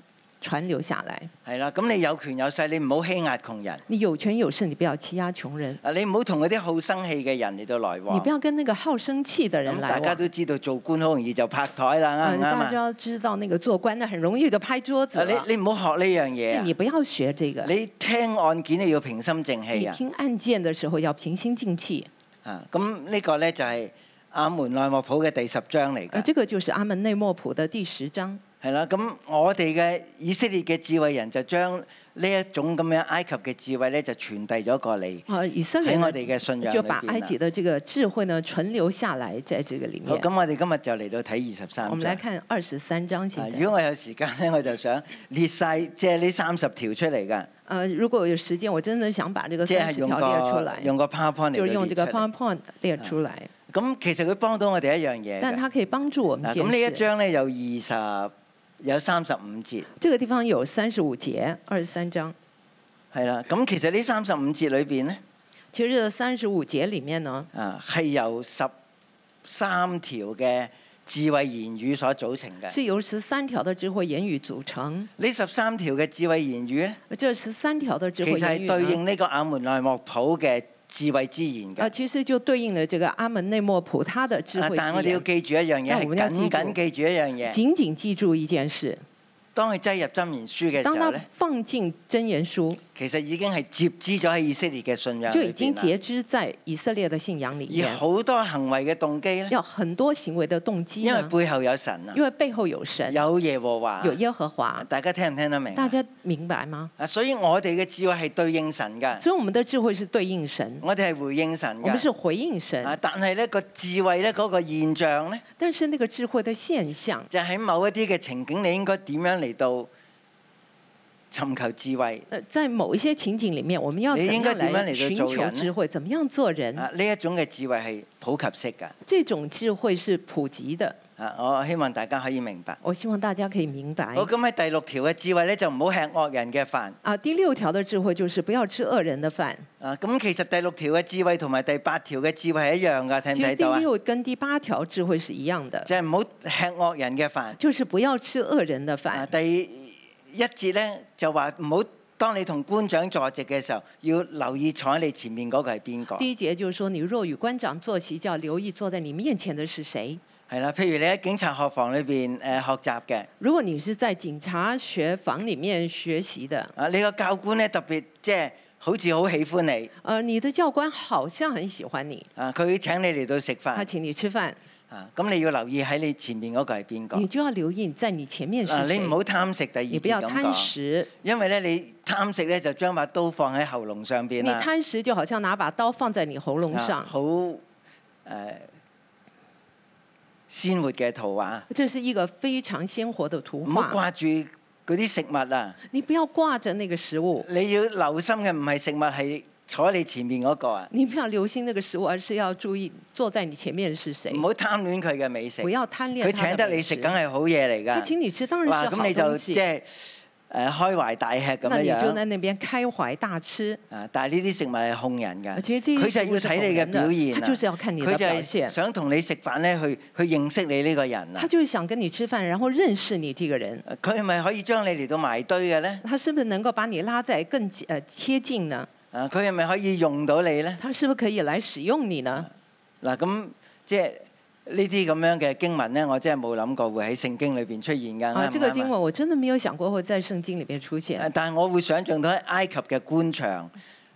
Speaker 3: 傳流下來。
Speaker 2: 係啦，咁你有權有勢，你唔好欺壓窮人。
Speaker 3: 你有權有勢，你不要欺壓窮人，
Speaker 2: 啊，你唔好同嗰啲好生氣嘅人嚟到來往。
Speaker 3: 你不要跟那個好生氣的人
Speaker 2: 咁
Speaker 3: 來
Speaker 2: 大家
Speaker 3: 往。
Speaker 2: 都知道做官好容易就拍台啦，啱
Speaker 3: 呃
Speaker 2: 唔啱
Speaker 3: 大家
Speaker 2: 啊？
Speaker 3: 要知道，那個做官的很容易就拍桌子
Speaker 2: 啊
Speaker 3: 了。
Speaker 2: 你你唔好學呢樣嘢
Speaker 3: 你
Speaker 2: 啊！
Speaker 3: 不要學這個。
Speaker 2: 你聽案件你要平心靜氣
Speaker 3: 你
Speaker 2: 啊！
Speaker 3: 聽案件的時候要平心靜氣。
Speaker 2: 啊，咁呢個咧就係阿門內幕譜嘅第十章嚟
Speaker 3: 呃，
Speaker 2: 㗎。
Speaker 3: 這個就是阿門內莫普的第十章。
Speaker 2: 係啦，咁我哋嘅以色列嘅智慧人就將呢一種咁樣埃及嘅智慧咧，就傳遞咗過嚟
Speaker 3: 啊，以色列
Speaker 2: 喺我
Speaker 3: 呢
Speaker 2: 哋嘅信仰裏
Speaker 3: 就把埃及
Speaker 2: 邊啦。
Speaker 3: 的
Speaker 2: 啊
Speaker 3: 這個智慧呢存留下來，在這個裡
Speaker 2: 好，
Speaker 3: 面。
Speaker 2: 咁我哋今日就嚟到睇二十
Speaker 3: 我
Speaker 2: 三
Speaker 3: 們來
Speaker 2: 章。
Speaker 3: 看二十三章，
Speaker 2: 啊
Speaker 3: 現在
Speaker 2: 如。果我有時間咧，我就想列晒即係呢三十條出嚟㗎，
Speaker 3: 呃，如果有時間，我真的想把這個
Speaker 2: 即
Speaker 3: 三
Speaker 2: 係
Speaker 3: 十
Speaker 2: 用
Speaker 3: 條列出
Speaker 2: 個
Speaker 3: 來，
Speaker 2: 用個 PowerPoint 嚟啊
Speaker 3: 就是
Speaker 2: 到
Speaker 3: 用這
Speaker 2: 列
Speaker 3: 個
Speaker 2: 出嚟
Speaker 3: PowerPoint 列出來。
Speaker 2: 咁其實佢幫到我哋一樣嘢
Speaker 3: 但
Speaker 2: 嘅。
Speaker 3: 它可以帮助我们
Speaker 2: 嗱，
Speaker 3: 解
Speaker 2: 啊咁呢一
Speaker 3: 释。
Speaker 2: 章咧有二十有三十五節，
Speaker 3: 这个地方有三十五节，二十三章。
Speaker 2: 係啦。咁其實呢三十五節裏邊咧，
Speaker 3: 其实这三十五节里面呢，
Speaker 2: 啊係由十三條嘅智慧言語所組成嘅。
Speaker 3: 是由十三条的智慧言语组成。
Speaker 2: 呢十三條嘅智慧言語咧，
Speaker 3: 而这十三条的智
Speaker 2: 其
Speaker 3: 慧
Speaker 2: 實
Speaker 3: 言啊
Speaker 2: 係
Speaker 3: 语呢
Speaker 2: 對應呢個亞門內莫普嘅智慧之言嘅
Speaker 3: 啊，。其实就对应了这个阿门内莫普他的智
Speaker 2: 啊
Speaker 3: 慧
Speaker 2: 但係我
Speaker 3: 之
Speaker 2: 哋要
Speaker 3: 言。
Speaker 2: 記住一樣嘢，
Speaker 3: 但我們要
Speaker 2: 係
Speaker 3: 記
Speaker 2: 緊
Speaker 3: 住
Speaker 2: 緊記住一樣嘢。
Speaker 3: 紧紧记住一件事，
Speaker 2: 當佢擠入箴言書嘅
Speaker 3: 当
Speaker 2: 時候
Speaker 3: 他
Speaker 2: 咧，
Speaker 3: 放进真言书，
Speaker 2: 其實已經係接枝咗喺以色列嘅信仰
Speaker 3: 就
Speaker 2: 裏
Speaker 3: 已经
Speaker 2: 邊啦。
Speaker 3: 截肢在以色列的信仰里
Speaker 2: 而
Speaker 3: 面，
Speaker 2: 好多行為嘅動機咧，
Speaker 3: 要很多行为的动机
Speaker 2: 因為
Speaker 3: 呢，
Speaker 2: 背後有神啊
Speaker 3: 因，為背后啊有神，
Speaker 2: 有耶和華，啊
Speaker 3: 有耶和华，
Speaker 2: 大家聽唔聽得明啊？
Speaker 3: 大家明白吗？
Speaker 2: 啊，所以我哋嘅智慧係對應神㗎，
Speaker 3: 所以我们的智慧是对应神，
Speaker 2: 我哋係回應神
Speaker 3: 我们
Speaker 2: 㗎。
Speaker 3: 是回应神，
Speaker 2: 啊，但係咧個智慧咧嗰個現象咧，
Speaker 3: 但是那个智慧的现象，
Speaker 2: 就喺某一啲嘅情景，你應該點樣嚟到尋求智慧？
Speaker 3: 呃，在某一些情景里面，我们要
Speaker 2: 你
Speaker 3: 怎
Speaker 2: 應
Speaker 3: 么
Speaker 2: 該
Speaker 3: 样
Speaker 2: 點樣
Speaker 3: 来
Speaker 2: 嚟
Speaker 3: 寻
Speaker 2: 到做
Speaker 3: 求
Speaker 2: 人呢
Speaker 3: 智慧？怎么样做人？
Speaker 2: 啊，呢一種嘅智慧係普及式㗎。
Speaker 3: 这种智慧是普及的，
Speaker 2: 啊，我希望大家可以明白。
Speaker 3: 我希望大家可以明白
Speaker 2: 好，。咁喺第六條嘅智慧咧，就唔好吃惡人嘅飯。
Speaker 3: 啊，第六条的智慧就是不要吃恶人的饭。
Speaker 2: 啊，咁其實第六條嘅智慧同埋第八條嘅智慧係一樣㗎，睇唔
Speaker 3: 其实
Speaker 2: 睇
Speaker 3: 第
Speaker 2: 到啊？
Speaker 3: 六跟第八條智慧是一樣的，
Speaker 2: 就係唔好吃惡人嘅飯。
Speaker 3: 就是不要吃恶人的
Speaker 2: 啊，
Speaker 3: 飯。
Speaker 2: 第一節咧就話唔好，當你同官長坐席嘅時候，要留意坐喺你前面嗰個係邊個。
Speaker 3: 第一節就是說，你若與官长坐席，就要留意坐在你面前的是誰。
Speaker 2: 係啦，譬如你喺警察學房裏邊誒學習嘅，
Speaker 3: 如果你是在警察學房裡面學習的，
Speaker 2: 啊，你個教官咧特別即係好似好喜歡你，
Speaker 3: 呃，你的教官好像很喜歡你，
Speaker 2: 啊，佢請你嚟到食
Speaker 3: 他
Speaker 2: 飯，
Speaker 3: 請你吃飯，
Speaker 2: 啊，咁你要留意喺你前面嗰個係邊個。
Speaker 3: 你就要留意在你前面是
Speaker 2: 啊，你
Speaker 3: 誰
Speaker 2: 唔。好貪食，第二
Speaker 3: 你
Speaker 2: 節
Speaker 3: 不要
Speaker 2: 咁
Speaker 3: 貪
Speaker 2: 講，
Speaker 3: 食，
Speaker 2: 因為咧你貪食咧就將把刀放喺喉嚨上邊
Speaker 3: 你
Speaker 2: 啦，
Speaker 3: 貪食就好像拿把刀放在你喉嚨
Speaker 2: 啊
Speaker 3: 上，
Speaker 2: 好誒鮮活嘅圖畫。
Speaker 3: 这是一個非常鮮活的圖
Speaker 2: 唔好
Speaker 3: 畫。
Speaker 2: 掛住嗰啲食物啊！
Speaker 3: 你不要掛着那個食物，
Speaker 2: 你要留心嘅唔係食物，係坐喺你前面嗰個啊！
Speaker 3: 你不要留心那个食物，而是要注意坐在你前面是谁
Speaker 2: 唔。好貪戀佢嘅美食
Speaker 3: 不。要贪恋
Speaker 2: 佢
Speaker 3: 他
Speaker 2: 請
Speaker 3: 的
Speaker 2: 得
Speaker 3: 美
Speaker 2: 你
Speaker 3: 食
Speaker 2: 食，梗係好嘢嚟
Speaker 3: 他
Speaker 2: 㗎。
Speaker 3: 请你吃當
Speaker 2: 哇！
Speaker 3: 然是
Speaker 2: 咁
Speaker 3: 好
Speaker 2: 你就
Speaker 3: 東
Speaker 2: 即
Speaker 3: 西。
Speaker 2: 係誒開懷大吃咁
Speaker 3: 那你就
Speaker 2: 樣
Speaker 3: 在
Speaker 2: 樣。
Speaker 3: 那邊開懷大吃。
Speaker 2: 啊！但係呢啲食物係控人㗎，
Speaker 3: 呃其實這些
Speaker 2: 佢就
Speaker 3: 食物
Speaker 2: 要
Speaker 3: 是
Speaker 2: 睇你
Speaker 3: 哄
Speaker 2: 嘅
Speaker 3: 人的
Speaker 2: 表現啊
Speaker 3: 他就是要看你的
Speaker 2: 佢就
Speaker 3: 表
Speaker 2: 係
Speaker 3: 現
Speaker 2: 想同你食飯咧，去去認識你呢個人啊
Speaker 3: 他！就是想跟你吃飯，然後認識你這個人。
Speaker 2: 佢係咪可以將你嚟到埋堆嘅咧？
Speaker 3: 他是不是能夠把你拉在更近呃貼近呢？
Speaker 2: 啊！佢係咪可以用到你咧？
Speaker 3: 他是不是可以來使用你呢？
Speaker 2: 嗱，咁即係呢啲咁樣嘅經文咧，我真係冇諗過會喺聖經裏邊出現㗎。
Speaker 3: 啊，
Speaker 2: 啱
Speaker 3: 這
Speaker 2: 唔
Speaker 3: 個
Speaker 2: 啱
Speaker 3: 經文我真的沒有想過會在聖經裡面出
Speaker 2: 啊
Speaker 3: 現，
Speaker 2: 但係我會想象到喺埃及嘅官場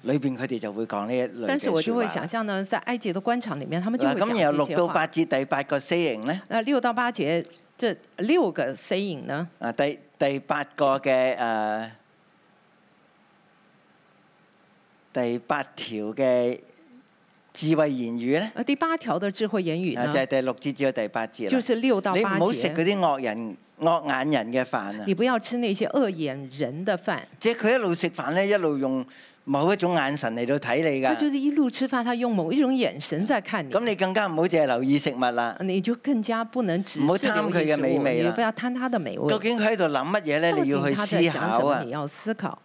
Speaker 2: 裏邊，佢哋就會講呢一類
Speaker 3: 但
Speaker 2: 嘅
Speaker 3: 是我就
Speaker 2: 説
Speaker 3: 會
Speaker 2: 話
Speaker 3: 想。象呢，在埃及的官場裡面，他們就會
Speaker 2: 嗱，咁
Speaker 3: 講
Speaker 2: 然
Speaker 3: 這些
Speaker 2: 後六到
Speaker 3: 話
Speaker 2: 八。節第八個 saying 咧，
Speaker 3: 那六到八節這六個 saying 呢？
Speaker 2: 啊第第八個嘅誒、呃第八條嘅智慧言語咧，
Speaker 3: 呃，第八條的智慧言語
Speaker 2: 啊
Speaker 3: 呢
Speaker 2: 就係、？第六節至到第八節啦。
Speaker 3: 就是六到
Speaker 2: 你唔
Speaker 3: 八
Speaker 2: 好食
Speaker 3: 節
Speaker 2: 嗰。啲惡人、惡眼人嘅飯啊！
Speaker 3: 你不要吃那些恶眼人的饭。
Speaker 2: 即係佢一路食飯咧，一路用某一種眼神嚟到睇你
Speaker 3: 他就
Speaker 2: 㗎。
Speaker 3: 是一路吃饭，他用某一种眼神在看你
Speaker 2: 啊咁，你更加唔好淨係留意食物啦。
Speaker 3: 你就更加不能只
Speaker 2: 唔好
Speaker 3: 是
Speaker 2: 貪
Speaker 3: 留意
Speaker 2: 佢嘅
Speaker 3: 食
Speaker 2: 美
Speaker 3: 物
Speaker 2: 味
Speaker 3: 你
Speaker 2: 啦
Speaker 3: 不要贪他的美味。
Speaker 2: 究竟佢喺度諗乜嘢咧？
Speaker 3: 到
Speaker 2: 你要
Speaker 3: 底
Speaker 2: 去
Speaker 3: 他在
Speaker 2: 思
Speaker 3: 想什
Speaker 2: 考
Speaker 3: 么？
Speaker 2: 啊
Speaker 3: 你！要思考，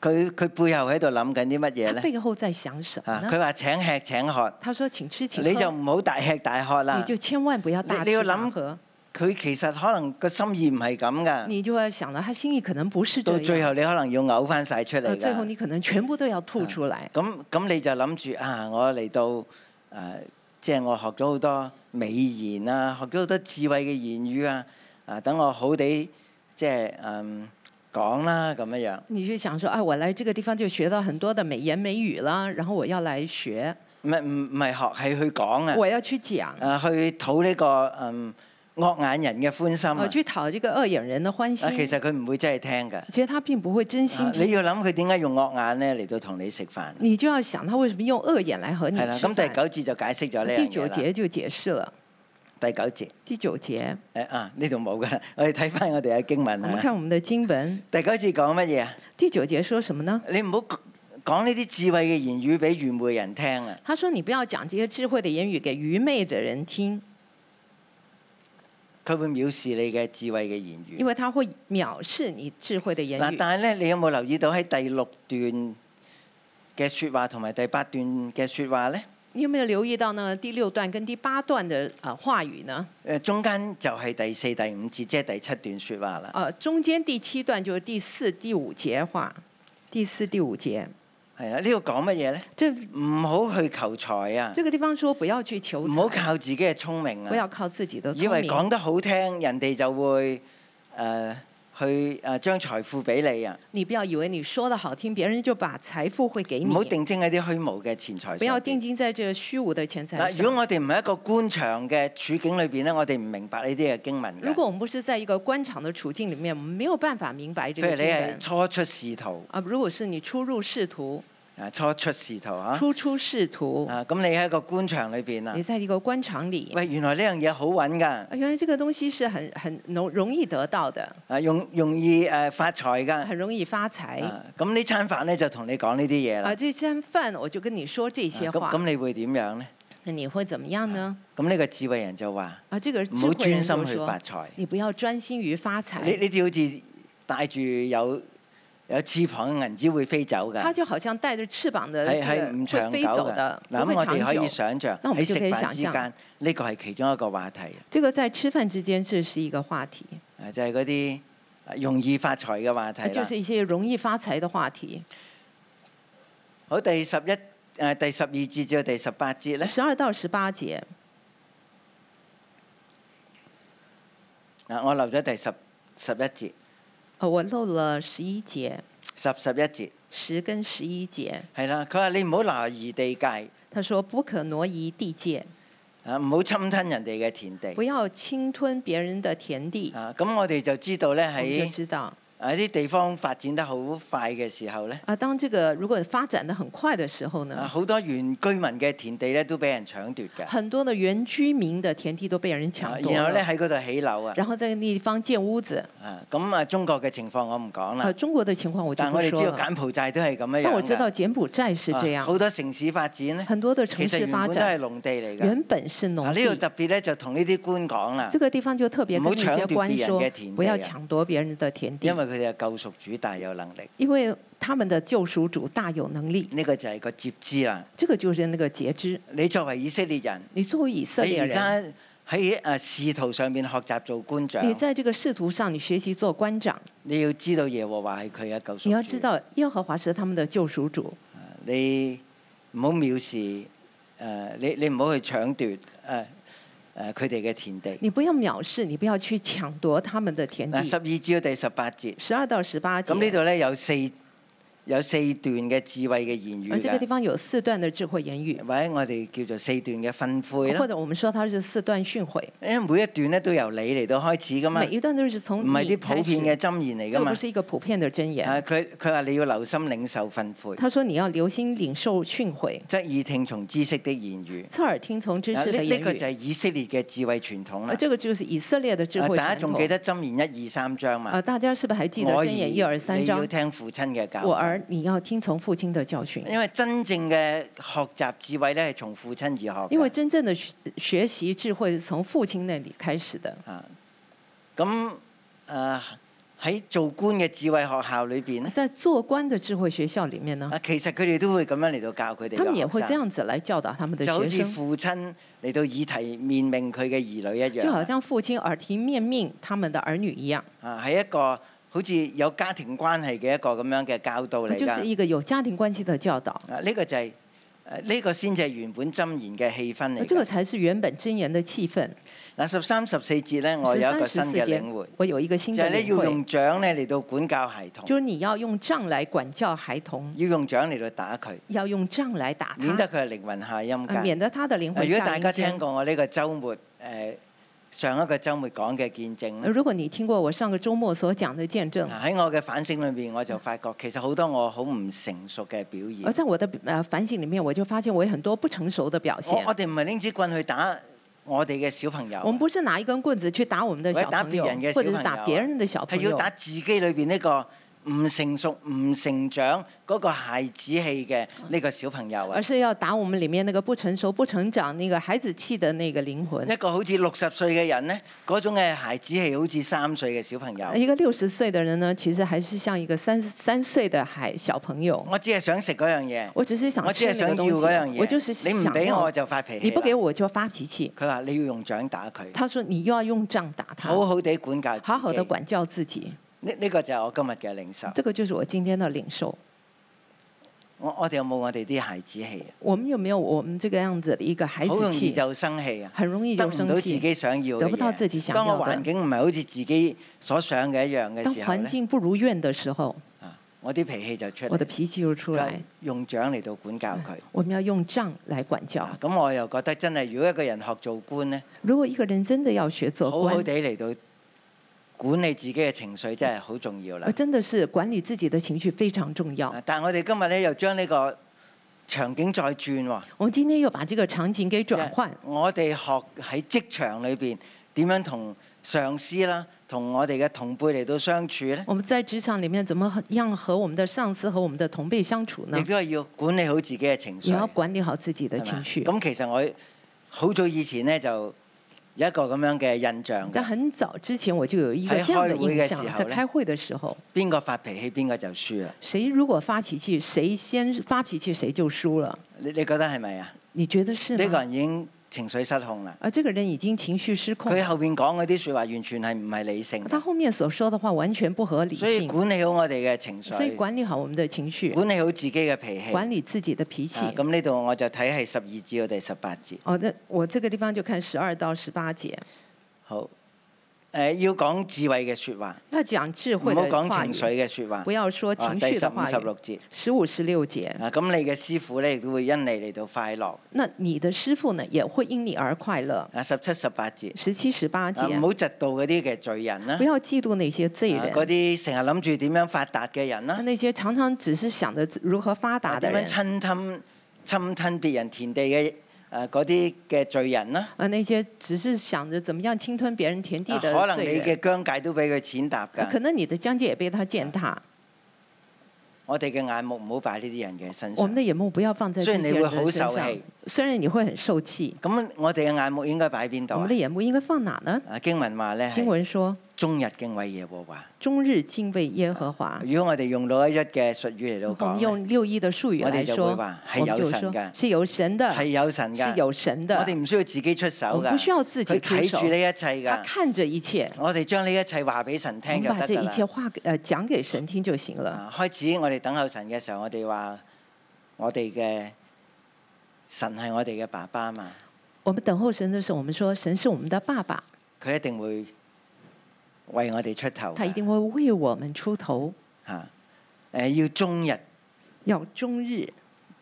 Speaker 2: 佢佢背後喺度諗緊啲乜嘢
Speaker 3: 他
Speaker 2: 咧？
Speaker 3: 背後在想什么
Speaker 2: 啊！
Speaker 3: 呢？
Speaker 2: 佢話請吃請喝，
Speaker 3: 他说：“请吃，请喝。”
Speaker 2: 你就唔好大吃大喝啦
Speaker 3: 你。就千万不要大
Speaker 2: 你你要
Speaker 3: 吃大
Speaker 2: 諗
Speaker 3: 喝，
Speaker 2: 佢其實可能個心意唔係咁㗎，
Speaker 3: 你就要想了，他心意可能不是
Speaker 2: 到
Speaker 3: 嗯这
Speaker 2: 最
Speaker 3: 样。
Speaker 2: 後你可能要嘔翻晒出
Speaker 3: 呃，
Speaker 2: 嚟
Speaker 3: 最後
Speaker 2: 㗎。
Speaker 3: 你可能全部都要吐出來。
Speaker 2: 咁咁你就諗住啊！我嚟到誒，呃即係我學咗好多美言啊，學咗好多智慧嘅言語啊，啊等我好地即係嗯講啦咁樣樣。
Speaker 3: 你就想說：“哎，我來這個地方就學到很多的美言美語啦，然後我要來學，
Speaker 2: 唔係唔唔係學，係去講啊！
Speaker 3: 我要去講。”
Speaker 2: 啊，去討呢、個嗯惡眼人嘅歡心啊！
Speaker 3: 呃，去討這個恶眼人的歡心
Speaker 2: 啊，。其實佢唔會真係聽㗎。
Speaker 3: 其實他並不會真心
Speaker 2: 啊
Speaker 3: 聽，
Speaker 2: 你要諗佢點解用惡眼咧嚟到同你食飯？啊
Speaker 3: 你就要想他為什麼用恶眼來和你
Speaker 2: 係啦，
Speaker 3: 吃飯。
Speaker 2: 咁第九節就解釋咗呢
Speaker 3: 第
Speaker 2: 樣
Speaker 3: 九
Speaker 2: 嘢啦。
Speaker 3: 節就解釋了。
Speaker 2: 第九節，
Speaker 3: 第九節，
Speaker 2: 誒啊，呢度冇㗎啦。我哋睇翻我哋嘅經文
Speaker 3: 我們
Speaker 2: 啊。
Speaker 3: 看我們的經文，
Speaker 2: 第九節講乜嘢啊？
Speaker 3: 第九節說什麼呢？
Speaker 2: 你唔好講呢啲智慧嘅言語俾愚昧人聽啊！
Speaker 3: 他说：“你不要讲这些智慧的言语给愚昧的人听，
Speaker 2: 佢會藐視你嘅智慧嘅言語。
Speaker 3: 因为他会藐视你智慧的言
Speaker 2: 嗱，
Speaker 3: 语。”
Speaker 2: 但係咧，你有冇留意到喺第六段嘅説話同埋第八段嘅説話咧？
Speaker 3: 你有没有留意到呢？第六段跟第八段的呃话语呢？
Speaker 2: 誒，中間就係第四、第五節，即係第七段説話啦。
Speaker 3: 呃，中间第七段就是第四、第五节话，第四、第五节，
Speaker 2: 係啦，呢度講乜嘢咧？
Speaker 3: 这
Speaker 2: 唔好去求財啊，
Speaker 3: 这个地方说不要去求
Speaker 2: 唔好
Speaker 3: 财，
Speaker 2: 靠自己嘅聰明
Speaker 3: 不
Speaker 2: 啊，
Speaker 3: 要靠自己的
Speaker 2: 以
Speaker 3: 聪
Speaker 2: 為講
Speaker 3: 明，
Speaker 2: 得好聽，人哋就會誒、呃去誒將財富俾你啊。
Speaker 3: 你不要以为你说的好听，别人就把財富会给
Speaker 2: 唔
Speaker 3: 你。
Speaker 2: 好定睛喺啲虛無嘅錢財上邊。
Speaker 3: 不要定睛在这个虚无的钱财
Speaker 2: 嗱，
Speaker 3: 上
Speaker 2: 如。果我哋唔係一個官場嘅處境裏邊咧，我哋唔明白呢啲嘅經文嘅。
Speaker 3: 如果我们不是在一个官场的处境里面，我们没有办法明白这
Speaker 2: 譬
Speaker 3: 个
Speaker 2: 如你
Speaker 3: 经
Speaker 2: 係
Speaker 3: 文
Speaker 2: 初出仕途，
Speaker 3: 啊。如果是你初入仕途，
Speaker 2: 啊初出仕途嚇，
Speaker 3: 初出仕途，
Speaker 2: 啊咁你喺一個官場裏邊啊
Speaker 3: 你，在一个官场里，
Speaker 2: 喂，原來呢樣嘢好揾㗎，
Speaker 3: 啊，原来这个东西是很很容容易得到的，
Speaker 2: 啊容容易誒發財㗎，
Speaker 3: 很容易发财。啊，
Speaker 2: 啊咁呢餐飯咧就同你講呢啲嘢啦。啊
Speaker 3: 这餐饭我就跟你说这些
Speaker 2: 嗯咁
Speaker 3: 话，
Speaker 2: 咁你會點樣咧？
Speaker 3: 那你会怎么样呢？
Speaker 2: 咁呢個智慧人就話：
Speaker 3: 啊，这个
Speaker 2: 唔
Speaker 3: 智
Speaker 2: 好
Speaker 3: 慧
Speaker 2: 專
Speaker 3: 人
Speaker 2: 心
Speaker 3: 就
Speaker 2: 去發
Speaker 3: 说，
Speaker 2: 財。
Speaker 3: 你不要专心于发
Speaker 2: 你
Speaker 3: 财，
Speaker 2: 呢啲好似帶住有有翅膀嘅銀紙會飛走㗎
Speaker 3: 它。就好像带着翅膀的
Speaker 2: 係
Speaker 3: 这
Speaker 2: 係
Speaker 3: 个
Speaker 2: 唔
Speaker 3: 会
Speaker 2: 長
Speaker 3: 飞
Speaker 2: 久
Speaker 3: 走
Speaker 2: 嘅。
Speaker 3: 的
Speaker 2: 啊嗱，，
Speaker 3: 不
Speaker 2: 咁
Speaker 3: 会
Speaker 2: 我哋可
Speaker 3: 长久。
Speaker 2: 以想像
Speaker 3: 那我
Speaker 2: 喺
Speaker 3: 們
Speaker 2: 食
Speaker 3: 就可以
Speaker 2: 飯
Speaker 3: 想
Speaker 2: 之
Speaker 3: 像
Speaker 2: 間，呢個係其中一個話題，
Speaker 3: 这个在吃饭之間，这是一个话题，
Speaker 2: 啊就係嗰啲啊容易發財嘅話題
Speaker 3: 啊，就
Speaker 2: 啦
Speaker 3: 是一些容易发财的话题。
Speaker 2: 好，第十一誒第十二節至到第十八節咧，
Speaker 3: 十二到十八节，
Speaker 2: 嗱，啊我留咗第十十一節、
Speaker 3: 呃，我漏了十一节，
Speaker 2: 十十一節，
Speaker 3: 十跟十一节，
Speaker 2: 係啦。佢話你唔好挪移地界，
Speaker 3: 他说不可挪移地界，
Speaker 2: 啊，唔好侵吞人哋嘅田地
Speaker 3: 不。要侵吞别人的田地。
Speaker 2: 啊，咁我哋就知道咧
Speaker 3: 我们就
Speaker 2: 喺
Speaker 3: 知道
Speaker 2: 啊啲地方發展得好快嘅時候咧，
Speaker 3: 啊，当这个如果发展的很快的时候
Speaker 2: 啊
Speaker 3: 呢，
Speaker 2: 好多原居民嘅田地咧都俾人搶奪㗎，啊
Speaker 3: 很多的原居民的田地都被人抢夺
Speaker 2: 啊
Speaker 3: 啊
Speaker 2: 然後咧
Speaker 3: 了，
Speaker 2: 喺嗰度起樓啊。
Speaker 3: 然後在那个地方建屋子。
Speaker 2: 啊，咁啊，中國嘅情況我唔講
Speaker 3: 呃，
Speaker 2: 啦，
Speaker 3: 中國的情況我就
Speaker 2: 但
Speaker 3: 不
Speaker 2: 我哋知
Speaker 3: 说
Speaker 2: 道
Speaker 3: 了，
Speaker 2: 柬埔寨都係咁樣樣
Speaker 3: 但我知道
Speaker 2: 㗎
Speaker 3: 柬埔寨是
Speaker 2: 啊
Speaker 3: 这样
Speaker 2: 好，多城市發展咧，
Speaker 3: 很多的
Speaker 2: 其
Speaker 3: 城
Speaker 2: 實
Speaker 3: 市
Speaker 2: 原
Speaker 3: 发
Speaker 2: 本都
Speaker 3: 展
Speaker 2: 係農地嚟㗎。
Speaker 3: 原本是農
Speaker 2: 嗱，呢
Speaker 3: 地
Speaker 2: 度。特別咧就同呢啲官講啦
Speaker 3: 这，个地方就特别
Speaker 2: 唔好
Speaker 3: 跟那些
Speaker 2: 搶奪
Speaker 3: 官
Speaker 2: 別人
Speaker 3: 说
Speaker 2: 嘅田，
Speaker 3: 不要
Speaker 2: 地啊
Speaker 3: 抢夺别人的田地
Speaker 2: 因，為佢哋係救贖主大有能力，
Speaker 3: 因為他们的救赎主大有能力。
Speaker 2: 呢個就係個接枝啦。
Speaker 3: 这个就是那个截肢。
Speaker 2: 你作為以色列人，
Speaker 3: 你作为以色
Speaker 2: 哎你
Speaker 3: 列
Speaker 2: 而
Speaker 3: 人，
Speaker 2: 家喺誒仕途上面學習做官長，
Speaker 3: 你在这个仕途上，你学习做官长，
Speaker 2: 你要知道耶和華係佢嘅救贖主。
Speaker 3: 你要知道耶和华是他们的救赎主，
Speaker 2: 啊，你唔好藐視誒、你你唔好去搶奪誒誒佢哋嘅田地。
Speaker 3: 你不要藐视，你不要去搶夺他们的田
Speaker 2: 嗱，十
Speaker 3: 地。
Speaker 2: 二至到第十八節，
Speaker 3: 十二到十八节，
Speaker 2: 咁呢度咧有四有四段嘅智慧嘅言
Speaker 3: 而
Speaker 2: 語
Speaker 3: 这个地
Speaker 2: 㗎，
Speaker 3: 方有四段的智慧言语，
Speaker 2: 或者我哋叫做四段嘅訓悔
Speaker 3: 或
Speaker 2: 啦。
Speaker 3: 者我们说它是四段训诲，
Speaker 2: 因為每一段咧都由你嚟到開始㗎嘛，
Speaker 3: 每
Speaker 2: 唔
Speaker 3: 一段都是從
Speaker 2: 係
Speaker 3: 你
Speaker 2: 啲普
Speaker 3: 开始
Speaker 2: 遍，嘅箴言嚟
Speaker 3: 这
Speaker 2: 㗎嘛
Speaker 3: 不。是一个普遍的真言。
Speaker 2: 啊，佢佢話你要留心領受訓悔，
Speaker 3: 他说你要留心领受训诲，
Speaker 2: 側耳聽從知識的言語。
Speaker 3: 侧耳听從知
Speaker 2: 啊
Speaker 3: 识
Speaker 2: 呢
Speaker 3: 的
Speaker 2: 呢
Speaker 3: 言
Speaker 2: 個就
Speaker 3: 語。
Speaker 2: 係以色列嘅智慧傳統啦
Speaker 3: 而。这个就是以色列的智
Speaker 2: 啊
Speaker 3: 慧
Speaker 2: 大家
Speaker 3: 传
Speaker 2: 仲
Speaker 3: 统
Speaker 2: 記。得箴言一二三章嘛
Speaker 3: 啊，？大家是不是还记得
Speaker 2: 我
Speaker 3: 箴言一二三
Speaker 2: 你要
Speaker 3: 章？
Speaker 2: 聽父親嘅教
Speaker 3: 我
Speaker 2: 訓，
Speaker 3: 儿，你要听从父亲的教训，
Speaker 2: 因為真正嘅學習智慧咧係從父親而學㗎。
Speaker 3: 因为真正的学学习智慧是从父亲那里开始的。
Speaker 2: 啊，咁啊喺做官嘅智慧學校裏邊咧，
Speaker 3: 在做官的智慧学校里面呢，
Speaker 2: 啊其實佢哋都會咁樣嚟到教佢哋
Speaker 3: 他们也
Speaker 2: 嘅
Speaker 3: 会
Speaker 2: 學
Speaker 3: 这
Speaker 2: 生，
Speaker 3: 样子来教导他们的
Speaker 2: 就好
Speaker 3: 学
Speaker 2: 似
Speaker 3: 生，
Speaker 2: 父親嚟到以提面命佢嘅兒女一啊
Speaker 3: 就好
Speaker 2: 樣，
Speaker 3: 像父亲耳提面命他们的儿女一样，
Speaker 2: 啊係一個好似有家庭關係嘅一個咁樣嘅教導嚟
Speaker 3: 啊就是
Speaker 2: 㗎。
Speaker 3: 一个有家庭关系的教导。
Speaker 2: 啊呢個就係誒呢個先至係原本箴言嘅氣氛嚟
Speaker 3: 啊这
Speaker 2: 㗎
Speaker 3: 个。才是原本真言的气氛。
Speaker 2: 嗱十三十四節咧，我
Speaker 3: 十
Speaker 2: 有
Speaker 3: 哦
Speaker 2: 一
Speaker 3: 三
Speaker 2: 個
Speaker 3: 十
Speaker 2: 新
Speaker 3: 四
Speaker 2: 嘅
Speaker 3: 节
Speaker 2: 領會，，
Speaker 3: 我有一个新
Speaker 2: 就係
Speaker 3: 的
Speaker 2: 咧
Speaker 3: 领
Speaker 2: 要
Speaker 3: 会，
Speaker 2: 用杖咧嚟到管教孩童，
Speaker 3: 就是你要用杖来管教孩童，
Speaker 2: 要用杖嚟到打佢，
Speaker 3: 要用杖来打
Speaker 2: 免
Speaker 3: 他
Speaker 2: 得。佢係靈魂下音
Speaker 3: 呃
Speaker 2: 㗎。
Speaker 3: 免得他的灵
Speaker 2: 嗱
Speaker 3: 魂
Speaker 2: 如果
Speaker 3: 下
Speaker 2: 大
Speaker 3: 阴
Speaker 2: 家
Speaker 3: 间
Speaker 2: 聽過我呢個週末誒、呃上一個週末講嘅見證
Speaker 3: 呃
Speaker 2: 咧，
Speaker 3: 如果你听过我上个周末所讲的见证，
Speaker 2: 喺我嘅反省裏面，我就發覺其實好多我好唔成熟嘅表
Speaker 3: 而
Speaker 2: 現。
Speaker 3: 在我的呃反省里面，我就发现我有很多不成熟的表
Speaker 2: 我
Speaker 3: 现
Speaker 2: 我。哋唔係拎支棍去打我哋嘅小朋友
Speaker 3: 我们
Speaker 2: 啊，
Speaker 3: 不是拿一根棍子去打我们的
Speaker 2: 或者
Speaker 3: 小
Speaker 2: 打
Speaker 3: 朋
Speaker 2: 別
Speaker 3: 友
Speaker 2: 人嘅，
Speaker 3: 或
Speaker 2: 小
Speaker 3: 者是
Speaker 2: 朋
Speaker 3: 打
Speaker 2: 友
Speaker 3: 别
Speaker 2: 啊
Speaker 3: 人的小
Speaker 2: 係
Speaker 3: 朋
Speaker 2: 要
Speaker 3: 友，
Speaker 2: 打自己裏邊呢個唔成熟、唔成長嗰個孩子氣嘅呢個小朋友啊
Speaker 3: 而，是要打我们里面那个不成熟、不成长、那个孩子气的那个灵魂。
Speaker 2: 一個好似六十歲嘅人呢，嗰種嘅孩子氣好似三歲嘅小朋友。
Speaker 3: 一个六十岁的人呢，其实还是像一个三三岁的孩小朋友。
Speaker 2: 我只係想食嗰樣嘢，
Speaker 3: 我只是想
Speaker 2: 我只
Speaker 3: 吃
Speaker 2: 係
Speaker 3: 那
Speaker 2: 想
Speaker 3: 个
Speaker 2: 要
Speaker 3: 东西
Speaker 2: 嗰樣，嘢。
Speaker 3: 我就是
Speaker 2: 你唔
Speaker 3: 想
Speaker 2: 俾
Speaker 3: 要
Speaker 2: 我，就發脾氣啦。
Speaker 3: 你不给我就发脾气。
Speaker 2: 佢話你要用掌打佢，
Speaker 3: 他说你又要用杖打他，
Speaker 2: 好好地管教自己。
Speaker 3: 好好的管教自己。
Speaker 2: 呢呢個就係我今日嘅領受。
Speaker 3: 这个就是我今天的领受。
Speaker 2: 我我哋有冇我哋啲孩子氣啊？
Speaker 3: 我们有没有我们这个样子的一个孩
Speaker 2: 好
Speaker 3: 子
Speaker 2: 容易
Speaker 3: 气？
Speaker 2: 就生氣啊！
Speaker 3: 很容易
Speaker 2: 得
Speaker 3: 就
Speaker 2: 唔
Speaker 3: 生
Speaker 2: 到自
Speaker 3: 气。
Speaker 2: 己想要嘅嘢，
Speaker 3: 得不到自己想要
Speaker 2: 當
Speaker 3: 的
Speaker 2: 個環境唔係好似自己所想嘅一樣嘅
Speaker 3: 当
Speaker 2: 時候
Speaker 3: 环
Speaker 2: 咧，
Speaker 3: 境不如愿的时候，
Speaker 2: 啊，我啲脾氣就出
Speaker 3: 我的
Speaker 2: 嚟，
Speaker 3: 脾气就出来。
Speaker 2: 用掌嚟到管教佢。
Speaker 3: 我们要用杖来管教
Speaker 2: 啊。咁我又覺得真係，如果一個人學做官咧，
Speaker 3: 如果一个人真的要学做
Speaker 2: 好
Speaker 3: 官，
Speaker 2: 好地嚟到管理自己嘅情緒，真係好重要啦
Speaker 3: 呃。真的是管理自己的情绪非常重要。
Speaker 2: 啊但係我哋今日咧又將呢個場景再轉喎，
Speaker 3: 我们今天又把这个场景给
Speaker 2: 即係
Speaker 3: 转换，
Speaker 2: 我哋學喺職場裏邊點樣同上司啦，同我哋嘅同輩嚟到相處咧，
Speaker 3: 我们在职场里面怎么和样和我们的上司和我们的同辈相处呢
Speaker 2: 亦？都係要管理好自己嘅情緒
Speaker 3: 也。嗯要管理好自己的
Speaker 2: 係嘛
Speaker 3: 情绪。
Speaker 2: 咁其實我好早以前咧就有一個咁樣嘅印象
Speaker 3: 但
Speaker 2: 嘅，
Speaker 3: 很早之前我就有一
Speaker 2: 在
Speaker 3: 个这样的
Speaker 2: 开会的
Speaker 3: 印
Speaker 2: 时
Speaker 3: 象，
Speaker 2: 候
Speaker 3: 在
Speaker 2: 呢
Speaker 3: 开会的时候，
Speaker 2: 邊個發脾氣邊個就輸啊啦。
Speaker 3: 谁如果发脾气，谁先发脾气谁就输了。
Speaker 2: 你你覺得係咪啊？
Speaker 3: 你觉得是
Speaker 2: 呢個
Speaker 3: 吗？
Speaker 2: 人已經情緒失控啦。
Speaker 3: 而啊这个人已经情绪失控
Speaker 2: 佢，後邊講嗰啲説話完全係唔係理性嘅，
Speaker 3: 他后面所说的話完全不合理
Speaker 2: 所以
Speaker 3: 性，
Speaker 2: 管理好我哋嘅情緒，
Speaker 3: 所以管理好我们的情绪，
Speaker 2: 管理好自己嘅脾氣。
Speaker 3: 管理自己的脾气
Speaker 2: 啊。咁呢度我就睇係十二至到第十八節。
Speaker 3: 哦，那我这个地方就看十二到十八节，
Speaker 2: 好，誒、要講智慧嘅説話，
Speaker 3: 要讲智
Speaker 2: 唔
Speaker 3: 慧
Speaker 2: 好
Speaker 3: 的
Speaker 2: 講
Speaker 3: 话
Speaker 2: 情緒
Speaker 3: 语，
Speaker 2: 嘅説話
Speaker 3: 不。要说
Speaker 2: 啊
Speaker 3: 情
Speaker 2: 第
Speaker 3: 绪
Speaker 2: 十
Speaker 3: 的
Speaker 2: 五、
Speaker 3: 话
Speaker 2: 十六
Speaker 3: 语。
Speaker 2: 節。
Speaker 3: 十五、十六节，
Speaker 2: 啊，咁你嘅師傅咧亦都會因你嚟到快樂。
Speaker 3: 那你的师傅呢也会因你而快乐。
Speaker 2: 啊，十七、十八節。
Speaker 3: 十七、十八
Speaker 2: 啊
Speaker 3: 节
Speaker 2: 唔，好窒到嗰啲嘅罪人啦
Speaker 3: 不，要嫉妒那些罪
Speaker 2: 啊嗰
Speaker 3: 人，
Speaker 2: 啲成日諗住點樣發達嘅人啦，
Speaker 3: 那些常常只是想着如何发
Speaker 2: 啊
Speaker 3: 达的
Speaker 2: 點樣
Speaker 3: 人，
Speaker 2: 侵吞侵吞別人田地嘅誒嗰啲嘅罪人啦。
Speaker 3: 啊，那些只是想着怎么样侵吞别人田地
Speaker 2: 啊
Speaker 3: 的
Speaker 2: 可能
Speaker 3: 罪
Speaker 2: 你
Speaker 3: 人
Speaker 2: 嘅。疆界都俾佢踐踏
Speaker 3: 啊可
Speaker 2: 㗎。
Speaker 3: 能你的疆界也被他践踏，
Speaker 2: 啊我哋嘅眼目唔好擺呢啲人嘅身
Speaker 3: 我们的
Speaker 2: 上。
Speaker 3: 眼目不要放在
Speaker 2: 虽
Speaker 3: 这
Speaker 2: 然
Speaker 3: 些
Speaker 2: 你
Speaker 3: 人
Speaker 2: 会好
Speaker 3: 的身
Speaker 2: 受
Speaker 3: 上
Speaker 2: 气。
Speaker 3: 虽然你会很受气，
Speaker 2: 咁我哋嘅眼目應該擺喺邊度
Speaker 3: 我
Speaker 2: 啊
Speaker 3: 们的？眼目应该放哪呢？
Speaker 2: 啊經文話咧，
Speaker 3: 经
Speaker 2: 係
Speaker 3: 文說：
Speaker 2: 終日敬畏耶和華。
Speaker 3: 终日敬畏耶和华。
Speaker 2: 如果我哋用六一一嘅術語嚟
Speaker 3: 我
Speaker 2: 到
Speaker 3: 们
Speaker 2: 講呢，
Speaker 3: 用六一的术语
Speaker 2: 哎我哋
Speaker 3: 来
Speaker 2: 就
Speaker 3: 说，
Speaker 2: 会话是
Speaker 3: 我们
Speaker 2: 有
Speaker 3: 就
Speaker 2: 神
Speaker 3: 说
Speaker 2: 的
Speaker 3: 是有神的，
Speaker 2: 係有神
Speaker 3: 是
Speaker 2: 㗎，
Speaker 3: 有神
Speaker 2: 我
Speaker 3: 的
Speaker 2: 哋。唔需要自己出手
Speaker 3: 我
Speaker 2: 㗎，
Speaker 3: 们不需要自己
Speaker 2: 佢
Speaker 3: 出
Speaker 2: 睇
Speaker 3: 手
Speaker 2: 住呢一切
Speaker 3: 他
Speaker 2: 㗎。
Speaker 3: 看着一切，
Speaker 2: 我哋將呢一切話俾神
Speaker 3: 我
Speaker 2: 聽
Speaker 3: 们
Speaker 2: 就
Speaker 3: 把
Speaker 2: 得
Speaker 3: 这
Speaker 2: 㗎
Speaker 3: 一
Speaker 2: 啦
Speaker 3: 切。话呃讲给神听就行了。
Speaker 2: 啊，開始我哋等候神嘅時候，我哋話我哋嘅神係我哋嘅爸爸嘛，
Speaker 3: 我们等候神的时候，我们说神是我们的爸爸，
Speaker 2: 佢一定會為我哋出頭㗎。
Speaker 3: 他一定会为我们出头，
Speaker 2: 嚇誒要終日
Speaker 3: 要终日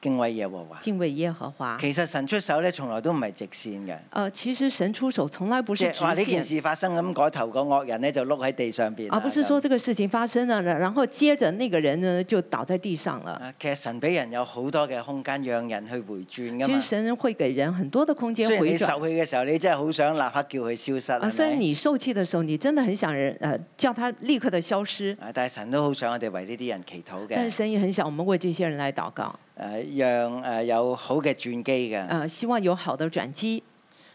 Speaker 2: 敬畏耶和華。
Speaker 3: 敬畏耶和华。
Speaker 2: 其實神出手咧，從來都唔係直線嘅，
Speaker 3: 呃，其实神出手從來不
Speaker 2: 即
Speaker 3: 是
Speaker 2: 係話
Speaker 3: 直
Speaker 2: 呢件
Speaker 3: 线，
Speaker 2: 事發生咁，嗰頭個惡人咧就碌喺地上邊啦。
Speaker 3: 而不是
Speaker 2: 咁
Speaker 3: 说这个事情发生了，然然后接着那个人呢就倒在地上了。
Speaker 2: 啊，其實神俾人有好多嘅空間，讓人去回轉噶
Speaker 3: 其
Speaker 2: 嘛
Speaker 3: 实。神會給人很多的空間
Speaker 2: 雖然
Speaker 3: 回
Speaker 2: 你
Speaker 3: 轉
Speaker 2: 受氣嘅時候，你真係好想立刻叫佢消失，
Speaker 3: 啊。虽
Speaker 2: 係
Speaker 3: 然
Speaker 2: 咪？
Speaker 3: 你受氣的时候，你真的很想人呃叫他立刻的消失，
Speaker 2: 啊，但係神都好想我哋為呢啲人祈禱
Speaker 3: 但是
Speaker 2: 嘅，
Speaker 3: 神也很想我們為這些人來禱告，
Speaker 2: 誒，讓誒呃有好嘅轉機嘅。
Speaker 3: 呃，希望有好的轉機。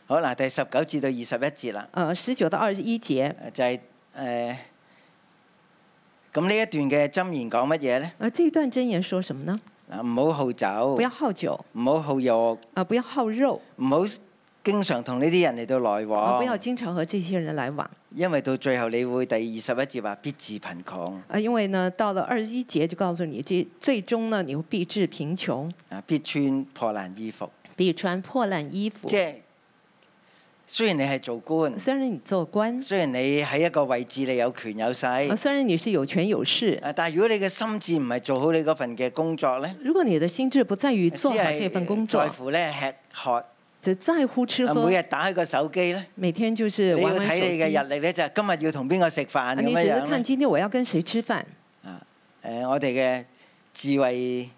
Speaker 2: 好嗱，第十九至到二十一節啦，呃
Speaker 3: 呃，十九到二十一節，
Speaker 2: 就係誒。咁呢一段嘅箴言講乜嘢咧？
Speaker 3: 呃，这一段箴言說什麼呢？
Speaker 2: 嗱，唔好好酒
Speaker 3: 不，要好酒，
Speaker 2: 唔好好肉，
Speaker 3: 啊、不要好肉，
Speaker 2: 唔好經常同呢啲人嚟到來
Speaker 3: 啊、
Speaker 2: 往。
Speaker 3: 不要經常和這些人來往，
Speaker 2: 因為到最後你會第二十一節話必致貧窮，
Speaker 3: 啊、因為呢，到了二十一節就告訴你，这最終呢，你會必致貧窮，
Speaker 2: 啊必穿破爛衣服。
Speaker 3: 必穿破爛衣服
Speaker 2: 即。係雖然你係做官，
Speaker 3: 雖然你做官，
Speaker 2: 雖然你喺一個位置你有權有勢
Speaker 3: 啊，，雖然你是有權有勢，
Speaker 2: 啊但係如果你嘅心智唔係做好你嗰份嘅工作咧，
Speaker 3: 如果你的心智不在於做好
Speaker 2: 只係呃
Speaker 3: 這份工
Speaker 2: 哎在
Speaker 3: 作，
Speaker 2: 乎咧吃喝，啊
Speaker 3: 只在乎吃喝
Speaker 2: 每，日打開個手機咧，
Speaker 3: 每天就是
Speaker 2: 你要
Speaker 3: 玩玩
Speaker 2: 睇
Speaker 3: 手
Speaker 2: 你嘅
Speaker 3: 機，
Speaker 2: 日曆咧，就係今日要同邊個食
Speaker 3: 啊
Speaker 2: 飯咁
Speaker 3: 你只
Speaker 2: 樣
Speaker 3: 是
Speaker 2: 樣
Speaker 3: 看
Speaker 2: 咧。
Speaker 3: 今天我要跟誰吃飯。
Speaker 2: 啊，誒，我哋嘅智慧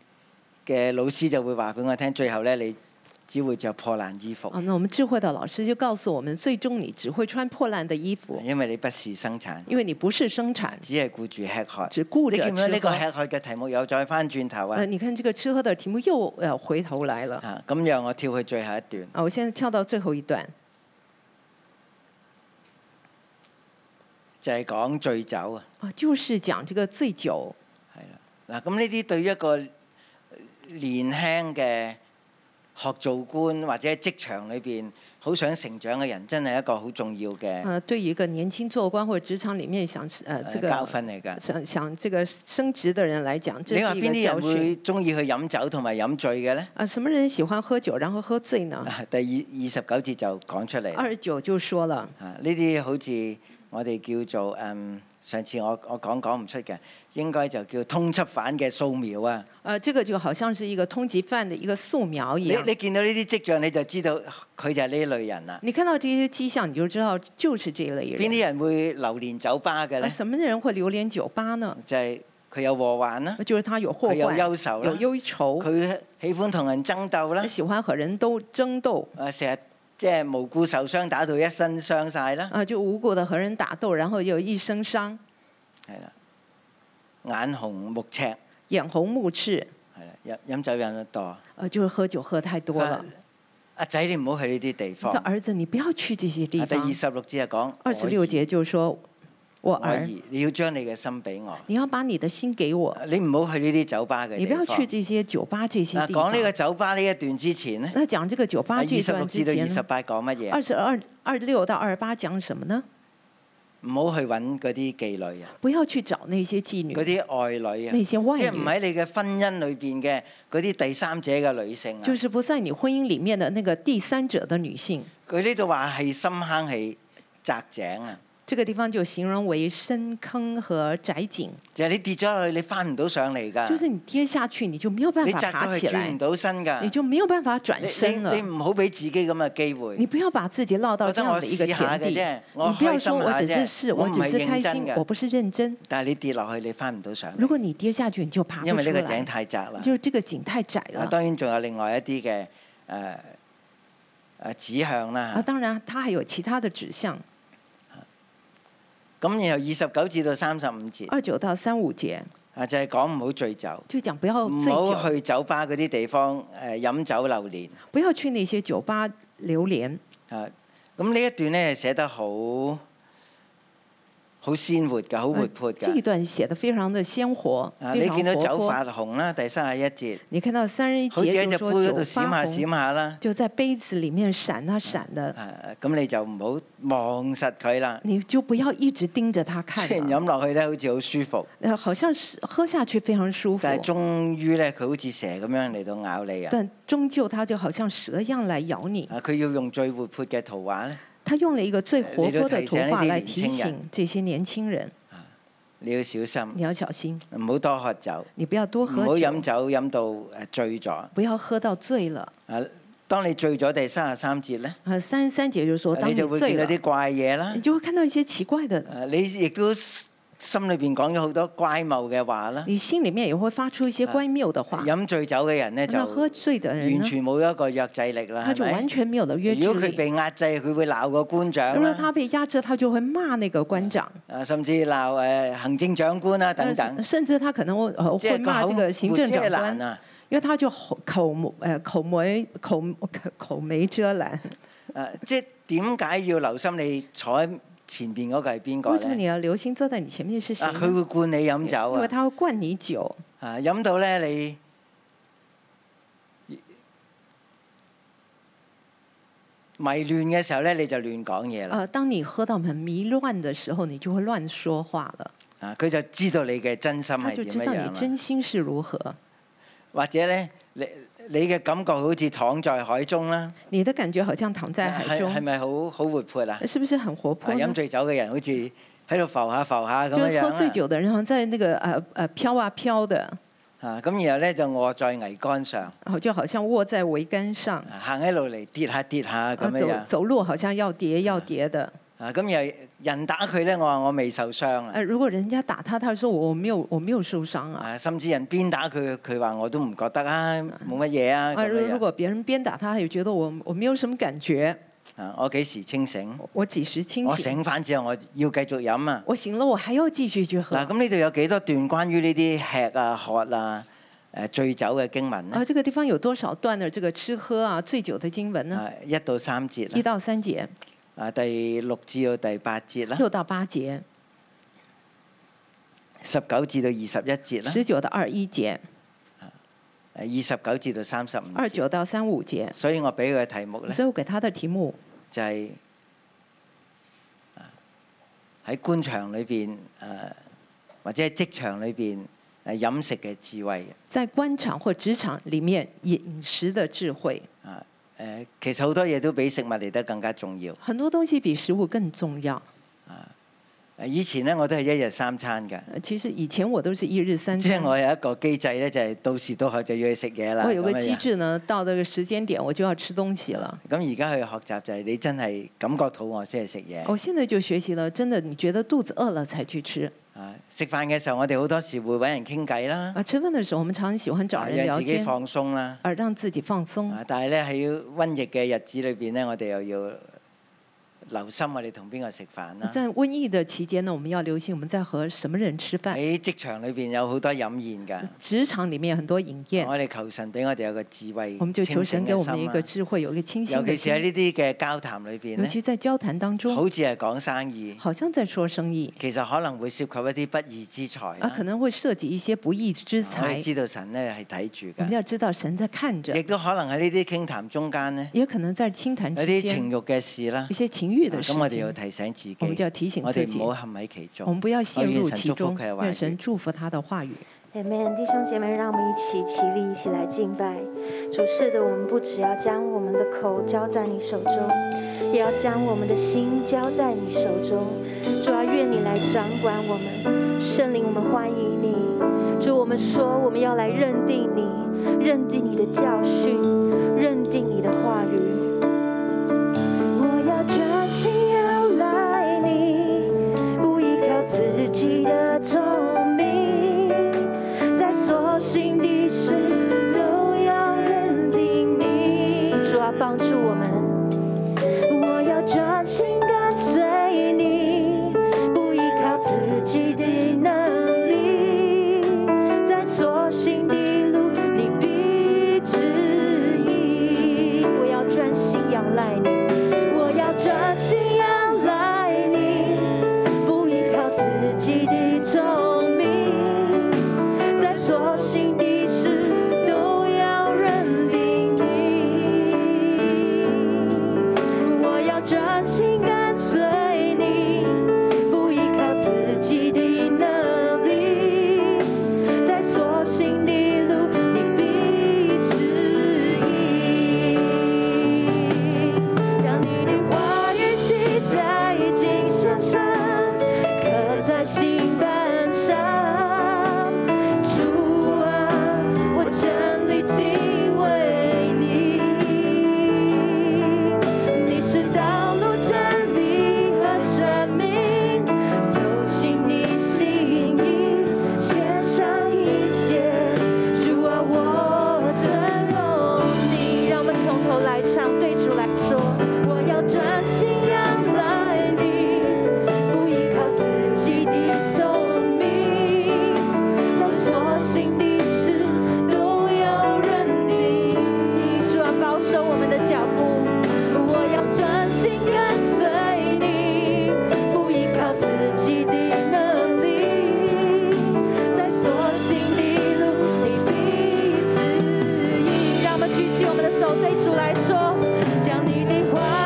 Speaker 2: 嘅老師就會話俾我聽，最後咧你只會着破爛衣服
Speaker 3: 啊，，那我们智慧的老师就告诉我们，最终你只会穿破烂的衣服，
Speaker 2: 因為你不是生產，
Speaker 3: 因为你不是生产，
Speaker 2: 只係顧住吃喝。
Speaker 3: 只顾
Speaker 2: 你
Speaker 3: 着
Speaker 2: 見唔見到呢
Speaker 3: 吃
Speaker 2: 個
Speaker 3: 喝。
Speaker 2: 吃喝嘅題目又再翻轉頭啊
Speaker 3: 呃，？你看这个吃喝的题目又呃回头来了
Speaker 2: 啊，咁讓我跳去最後一段。
Speaker 3: 啊！我现在跳到最后一段，
Speaker 2: 就係講醉酒啊，
Speaker 3: 啊，就是讲这个醉酒
Speaker 2: 係啦。嗱，咁呢啲對於一個年輕嘅學做官或者喺職場裏邊好想成長嘅人，真係一個好重要嘅
Speaker 3: 呃，对于一个年轻做官或者职场里面想呃
Speaker 2: 呃
Speaker 3: 这个
Speaker 2: 教訓嚟㗎。
Speaker 3: 想想这个升职的人来讲，这
Speaker 2: 你話
Speaker 3: 是一
Speaker 2: 邊
Speaker 3: 个
Speaker 2: 啲
Speaker 3: 教
Speaker 2: 人
Speaker 3: 训
Speaker 2: 會中意去飲酒同埋飲醉嘅呢？
Speaker 3: 啊！什么人喜欢喝酒然后喝醉呢？
Speaker 2: 啊第二二十九節就講出嚟 啦。
Speaker 3: 二十九就说了，
Speaker 2: 啊，呢啲好似我哋叫做嗯，上次我我講講唔出嘅，應該就叫通緝犯嘅素描啊。
Speaker 3: 呃，这个就好像是一个通缉犯的一个素描一
Speaker 2: 你
Speaker 3: 样。
Speaker 2: 你見到呢啲跡象，你就知道佢就係呢類人啦。
Speaker 3: 你看到这些迹象，你就知道就是这一类
Speaker 2: 邊
Speaker 3: 人。
Speaker 2: 啲人會流連酒吧
Speaker 3: 那
Speaker 2: 嘅呢？
Speaker 3: 什么人会流连酒吧呢？呃
Speaker 2: 就係佢有禍患啦，
Speaker 3: 就是他有祸
Speaker 2: 佢有
Speaker 3: 患，
Speaker 2: 憂愁啦
Speaker 3: 有，憂愁，
Speaker 2: 佢喜歡同人爭鬥啦，
Speaker 3: 喜欢和人都争斗，
Speaker 2: 啊成日即係無故受傷，打到一身傷晒啦，
Speaker 3: 啊，就无故的和人打斗，然后又一身伤，
Speaker 2: 係啦，眼紅目赤，係
Speaker 3: 眼红目赤，
Speaker 2: 啦，飲飲酒飲得多。
Speaker 3: 呃，就是喝酒喝太多了
Speaker 2: 啊。阿仔，你唔好去呢啲地
Speaker 3: 你
Speaker 2: 方。
Speaker 3: 的
Speaker 2: 啊
Speaker 3: 儿子，你不要去这些
Speaker 2: 第
Speaker 3: 地
Speaker 2: 二
Speaker 3: 方。
Speaker 2: 十六節係啊講
Speaker 3: 啊二十六節就说，我啊
Speaker 2: 我兒，我
Speaker 3: 儿，
Speaker 2: 兒你要將你嘅心俾我，
Speaker 3: 你要把你的心给我，
Speaker 2: 你唔好去呢啲酒吧嘅
Speaker 3: 你
Speaker 2: 地
Speaker 3: 不要
Speaker 2: 方。
Speaker 3: 去这些酒吧这些
Speaker 2: 嗱，
Speaker 3: 地方
Speaker 2: 講。呢個酒吧呢一段之前呢，啊
Speaker 3: 那讲这个酒吧
Speaker 2: 二
Speaker 3: 这
Speaker 2: 十
Speaker 3: 段
Speaker 2: 六
Speaker 3: 之
Speaker 2: 至到二
Speaker 3: 前
Speaker 2: 十
Speaker 3: 呢，
Speaker 2: 八講乜嘢啊
Speaker 3: 二？十二二六到二十八讲什么呢？
Speaker 2: 唔好去揾嗰啲妓女啊，
Speaker 3: 不要去找那些妓女
Speaker 2: 嗰，啲外女啊，
Speaker 3: 嗯那些外
Speaker 2: 即係唔
Speaker 3: 女，
Speaker 2: 喺你嘅婚姻裏邊嘅嗰啲第三者嘅女性啊。
Speaker 3: 就是不在你婚姻里面的那个第三者的女性。
Speaker 2: 佢呢度話係深坑係窄井啊，
Speaker 3: 这个地方就形容为深坑和窄井，
Speaker 2: 就係、你跌咗落去，你翻唔到上嚟㗎。
Speaker 3: 就是你跌下去，你就啊没有办
Speaker 2: 你
Speaker 3: 法
Speaker 2: 窄到
Speaker 3: 爬
Speaker 2: 係
Speaker 3: 起
Speaker 2: 轉唔
Speaker 3: 来，
Speaker 2: 到身㗎。
Speaker 3: 你就沒有辦法
Speaker 2: 你
Speaker 3: 转身了
Speaker 2: 你。你唔好俾自己咁嘅機會。
Speaker 3: 你不要把自己落到
Speaker 2: 覺
Speaker 3: 这
Speaker 2: 得
Speaker 3: 样
Speaker 2: 我
Speaker 3: 的一个
Speaker 2: 試下
Speaker 3: 田
Speaker 2: 嘅
Speaker 3: 地。
Speaker 2: 啫，
Speaker 3: 你
Speaker 2: 我
Speaker 3: 不要
Speaker 2: 開心
Speaker 3: 说我
Speaker 2: 下
Speaker 3: 只是
Speaker 2: 啫，
Speaker 3: 试，
Speaker 2: 我
Speaker 3: 我
Speaker 2: 唔
Speaker 3: 只是
Speaker 2: 係
Speaker 3: 开
Speaker 2: 認
Speaker 3: 心
Speaker 2: 真，
Speaker 3: 我
Speaker 2: 嘅。
Speaker 3: 不是认真。
Speaker 2: 但係你跌落去，你翻唔到上
Speaker 3: 如
Speaker 2: 嚟，
Speaker 3: 果你跌下去，你就爬
Speaker 2: 因
Speaker 3: 不
Speaker 2: 為
Speaker 3: 出
Speaker 2: 呢個井
Speaker 3: 来，
Speaker 2: 太窄啦。
Speaker 3: 就是这个井太窄
Speaker 2: 啊，
Speaker 3: 了。
Speaker 2: 當然仲有另外一啲嘅誒誒指向
Speaker 3: 啊，
Speaker 2: 啦。
Speaker 3: 当然它还有其他的指向。
Speaker 2: 咁然後二十九至到三十五節
Speaker 3: 二九到三五节
Speaker 2: 啊，就係講唔好醉酒，
Speaker 3: 就讲不要
Speaker 2: 唔
Speaker 3: 醉
Speaker 2: 好
Speaker 3: 酒，
Speaker 2: 去酒吧嗰啲地方誒飲酒流連
Speaker 3: 不要去那些酒吧流连。
Speaker 2: 啊。咁呢一段咧寫得好好鮮活㗎，好活潑
Speaker 3: 呃这一
Speaker 2: 㗎。
Speaker 3: 段写的非常的鮮活，
Speaker 2: 啊，
Speaker 3: 非
Speaker 2: 你
Speaker 3: 常
Speaker 2: 見到酒
Speaker 3: 活
Speaker 2: 發
Speaker 3: 潑。
Speaker 2: 紅啦，第三十一節，
Speaker 3: 你看到三十一
Speaker 2: 好似
Speaker 3: 节
Speaker 2: 喺
Speaker 3: 就
Speaker 2: 隻杯
Speaker 3: 说
Speaker 2: 嗰
Speaker 3: 酒
Speaker 2: 度閃
Speaker 3: 发
Speaker 2: 下
Speaker 3: 紅，
Speaker 2: 閃下啦。
Speaker 3: 就在杯子里面闪啊闪的，
Speaker 2: 啊，咁你就唔好望實佢 啦。
Speaker 3: 你就不要一直盯着它 看
Speaker 2: 雖然
Speaker 3: 了。
Speaker 2: 飲落去咧，好似好舒服，
Speaker 3: 呃，好像是喝下去非常舒服，
Speaker 2: 但係終於咧，佢好似蛇咁樣嚟到咬你啊！
Speaker 3: 但终究它就好像蛇一样来咬你。
Speaker 2: 啊，佢要用最活潑嘅圖畫咧，
Speaker 3: 他用了一个最
Speaker 2: 哎
Speaker 3: 活泼的图画来
Speaker 2: 你
Speaker 3: 提
Speaker 2: 都提醒呢啲年轻
Speaker 3: 醒
Speaker 2: 人
Speaker 3: 这些年轻人，
Speaker 2: 你要小
Speaker 3: 你
Speaker 2: 心，
Speaker 3: 要小心，
Speaker 2: 唔好多喝酒，
Speaker 3: 你不要多
Speaker 2: 唔
Speaker 3: 喝
Speaker 2: 好飲
Speaker 3: 酒，
Speaker 2: 酒飲到誒醉咗。啊，
Speaker 3: 不要喝到醉了。
Speaker 2: 當你醉咗第三十三節咧，
Speaker 3: 啊，三十三节就是说，当
Speaker 2: 你
Speaker 3: 你
Speaker 2: 呃就會
Speaker 3: 醉
Speaker 2: 見到
Speaker 3: 了，
Speaker 2: 啲怪嘢啦
Speaker 3: 你。就会看到一些奇怪的，
Speaker 2: 啊，你亦都心裏邊講咗好多乖謬嘅話啦。
Speaker 3: 你心里面也会发出一些
Speaker 2: 啊
Speaker 3: 乖谬的话。
Speaker 2: 飲醉酒嘅人咧就
Speaker 3: 那喝
Speaker 2: 完
Speaker 3: 醉的人呢，
Speaker 2: 全冇一個約制力啦，
Speaker 3: 他就
Speaker 2: 係咪
Speaker 3: 完？全没有了约制
Speaker 2: 如果佢
Speaker 3: 力。
Speaker 2: 被壓制，佢會鬧個官長
Speaker 3: 如果
Speaker 2: 啦。
Speaker 3: 他被压制，他就会骂那个官长，
Speaker 2: 啊，甚至鬧誒、呃行政長官啦、等
Speaker 3: 呃
Speaker 2: 等，
Speaker 3: 甚至他可能會呃
Speaker 2: 即
Speaker 3: 会
Speaker 2: 係個
Speaker 3: 骂
Speaker 2: 口
Speaker 3: 这个行政
Speaker 2: 活
Speaker 3: 长
Speaker 2: 遮
Speaker 3: 官
Speaker 2: 攔，啊！
Speaker 3: 因为他就口口呃口没口口口没遮拦。
Speaker 2: 誒，即係點解要留心你坐喺前邊嗰個係邊個
Speaker 3: 为什么你
Speaker 2: 咧？
Speaker 3: 要留心坐在你前面是谁
Speaker 2: 啊，
Speaker 3: 呢？
Speaker 2: 佢會灌你飲酒
Speaker 3: 因为
Speaker 2: 啊！
Speaker 3: 他会灌你酒，
Speaker 2: 啊，飲到咧你迷亂嘅時候咧，你就亂講嘢啦。
Speaker 3: 呃，当你喝到很迷乱的时候，你就会乱说话了，
Speaker 2: 啊，佢就知道你嘅真心
Speaker 3: 他
Speaker 2: 係
Speaker 3: 就
Speaker 2: 點
Speaker 3: 知
Speaker 2: 樣
Speaker 3: 道你
Speaker 2: 樣啦。
Speaker 3: 真心是如
Speaker 2: 啊
Speaker 3: 何。
Speaker 2: 或者咧，你你嘅感覺好似躺在海中啦，
Speaker 3: 你的感觉好像躺在海
Speaker 2: 係
Speaker 3: 中
Speaker 2: 係，咪好好活潑啊？
Speaker 3: 是不是很活
Speaker 2: 啊！
Speaker 3: 泼呢？
Speaker 2: 飲醉酒嘅人好似喺度浮下浮下咁
Speaker 3: 就
Speaker 2: 樣啊
Speaker 3: 是
Speaker 2: 樣
Speaker 3: 喝醉
Speaker 2: 啦
Speaker 3: 酒的人，好像在那个呃呃飘啊飘的，
Speaker 2: 啊！咁然後咧就臥在桅杆上，
Speaker 3: 然後就好像卧在桅杆上，
Speaker 2: 啊行喺路嚟跌下跌下
Speaker 3: 啊
Speaker 2: 咁樣
Speaker 3: 走
Speaker 2: 樣。
Speaker 3: 走路好像要跌要跌的，
Speaker 2: 啊，咁又人打佢咧，我話我未受傷啊。
Speaker 3: 呃，如果人家打他，他说我我没有我没有受伤啊。
Speaker 2: 啊，甚至人鞭打佢，佢話我都唔覺得啊，冇乜嘢啊
Speaker 3: 啊，
Speaker 2: 咁
Speaker 3: 如如
Speaker 2: 樣。
Speaker 3: 果别人鞭打他，他也觉得我我没有什么感觉，
Speaker 2: 啊，我幾時清醒？
Speaker 3: 我几时清
Speaker 2: 我
Speaker 3: 醒？
Speaker 2: 醒翻之後，我要繼續飲啊。
Speaker 3: 我醒了，我還要继续去喝。
Speaker 2: 嗱，咁呢度有幾多段關於呢啲吃啊、喝啊、誒醉酒嘅經文
Speaker 3: 啊，
Speaker 2: 咧？
Speaker 3: 这个地方有多少段的这个吃喝啊、醉酒的经文呢？
Speaker 2: 啊，一到三節
Speaker 3: 一
Speaker 2: 啦，
Speaker 3: 到三节，
Speaker 2: 啊，第六至到第八節啦，
Speaker 3: 六到八节，
Speaker 2: 十九至到二十一節啦，
Speaker 3: 十九到二一节，
Speaker 2: 誒二十九至到三十五
Speaker 3: 二
Speaker 2: 節。
Speaker 3: 九到三五节。
Speaker 2: 所以我俾佢嘅題目咧
Speaker 3: 所以我给他的题目
Speaker 2: 就係啊喺官場裏邊誒，或者喺職場裏邊誒飲食嘅智慧嘅。
Speaker 3: 在官场或职场里面饮食的智慧，
Speaker 2: 啊誒，其實好多嘢都比食物嚟得更加重要。
Speaker 3: 很多东西比食物更重要。
Speaker 2: 誒以前咧我都係一日三餐嘅，
Speaker 3: 呃其实以前我都是一日三
Speaker 2: 即
Speaker 3: 餐
Speaker 2: 係，我有一個機制咧，就係到時到候就要去食嘢啦。
Speaker 3: 我有个
Speaker 2: 咁樣
Speaker 3: 机制呢，到这个时间点我就要吃东西了。
Speaker 2: 咁而家去學習就係你真係感覺肚餓先去食嘢。
Speaker 3: 我現哦在就学习了，真的，你觉得肚子餓了才去吃
Speaker 2: 啊，食飯嘅時候我哋好多時會揾人傾偈啦，
Speaker 3: 啊。吃飯的時候，我們常常喜歡找
Speaker 2: 啊
Speaker 3: 人
Speaker 2: 讓
Speaker 3: 聊
Speaker 2: 自己
Speaker 3: 天，
Speaker 2: 放鬆啦。
Speaker 3: 而讓自己放鬆。
Speaker 2: 啊，但係咧喺瘟疫嘅日子裏邊咧，我哋又要留心我哋同邊個食飯啦。
Speaker 3: 在瘟疫的期間呢，我們要留心我們在和什麼人吃飯。
Speaker 2: 喺職場裏邊有好多飲宴㗎，
Speaker 3: 職場裡面有很多飲宴，
Speaker 2: 我哋求神俾我哋有個智慧，
Speaker 3: 我們就求神給我們一個
Speaker 2: 哦清醒嘅心啦啊
Speaker 3: 智慧，有一個清醒
Speaker 2: 尤
Speaker 3: 的
Speaker 2: 其是喺
Speaker 3: 心。
Speaker 2: 呢啲嘅交談裏邊
Speaker 3: 尤其
Speaker 2: 咧，
Speaker 3: 在交談當中，
Speaker 2: 好似係講生意，
Speaker 3: 好像在說生意
Speaker 2: 其實可能會涉及一啲不義之財
Speaker 3: 啊，
Speaker 2: 啦。
Speaker 3: 可能會涉及一些不義之
Speaker 2: 我哋
Speaker 3: 財。
Speaker 2: 知道神咧係睇住
Speaker 3: 我們
Speaker 2: 嘅，
Speaker 3: 要知道神在看着
Speaker 2: 亦，都可能喺呢啲傾談中間咧，
Speaker 3: 也可能在清談
Speaker 2: 有
Speaker 3: 之
Speaker 2: 啲
Speaker 3: 間
Speaker 2: 情欲嘅事啦
Speaker 3: 嗯
Speaker 2: 啊
Speaker 3: 一。些情欲的事
Speaker 2: 咁我哋
Speaker 3: 情
Speaker 2: 要。提醒自己，
Speaker 3: 我們就要提醒
Speaker 2: 我
Speaker 3: 自
Speaker 2: 哋
Speaker 3: 己
Speaker 2: 唔好陷喺其
Speaker 3: 我
Speaker 2: 中
Speaker 3: 們。不要陷入其中
Speaker 2: 我愿神祝福他的，话语
Speaker 3: 愿神祝福他的话语。
Speaker 4: Amen，弟兄姐妹，让我们一起起立，一起来敬拜主。是的，我们不只要将我们的口交在你手中，也要将我们的心交在你手中。主啊，愿你来掌管我们，圣灵，我们欢迎你。主，我们说我们要来认定你，认定你的教训，认定你的话语。我要专心仰赖你。不依靠自己的聪明，在所行的事都要认定你。主啊，帮助我们，我要专心跟随你，不依靠自己的能力，在所行的路你必指引。我要专心仰赖你，我要专心仰赖你。不依靠自己的聪明，在所行的事都要认定你。我要专心跟随你，不依靠自己的能力，在所行的路你必指引。
Speaker 5: 啊啊啊啊啊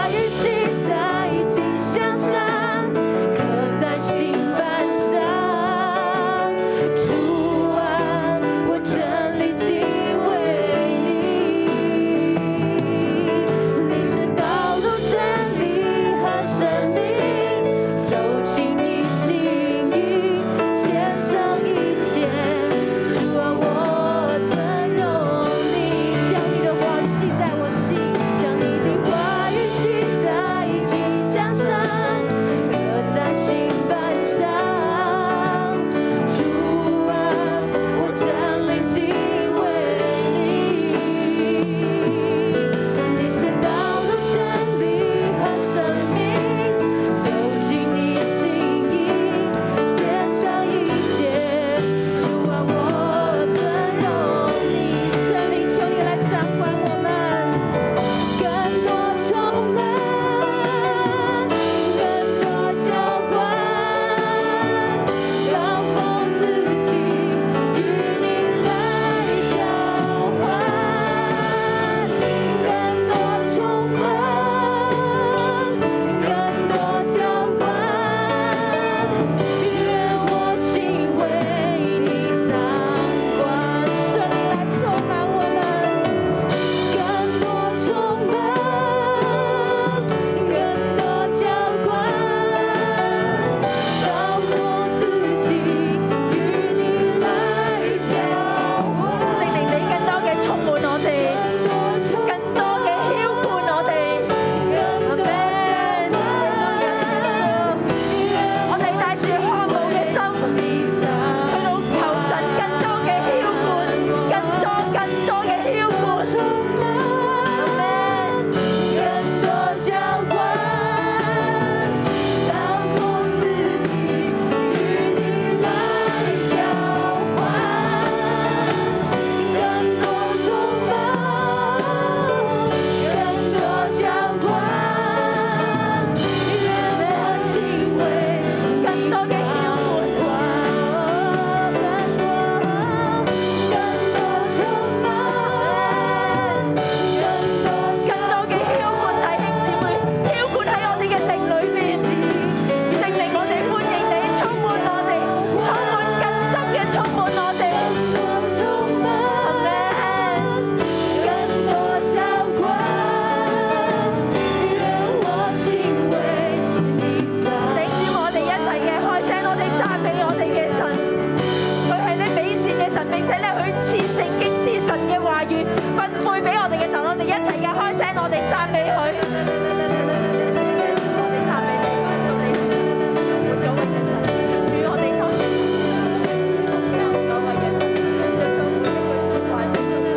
Speaker 6: 啊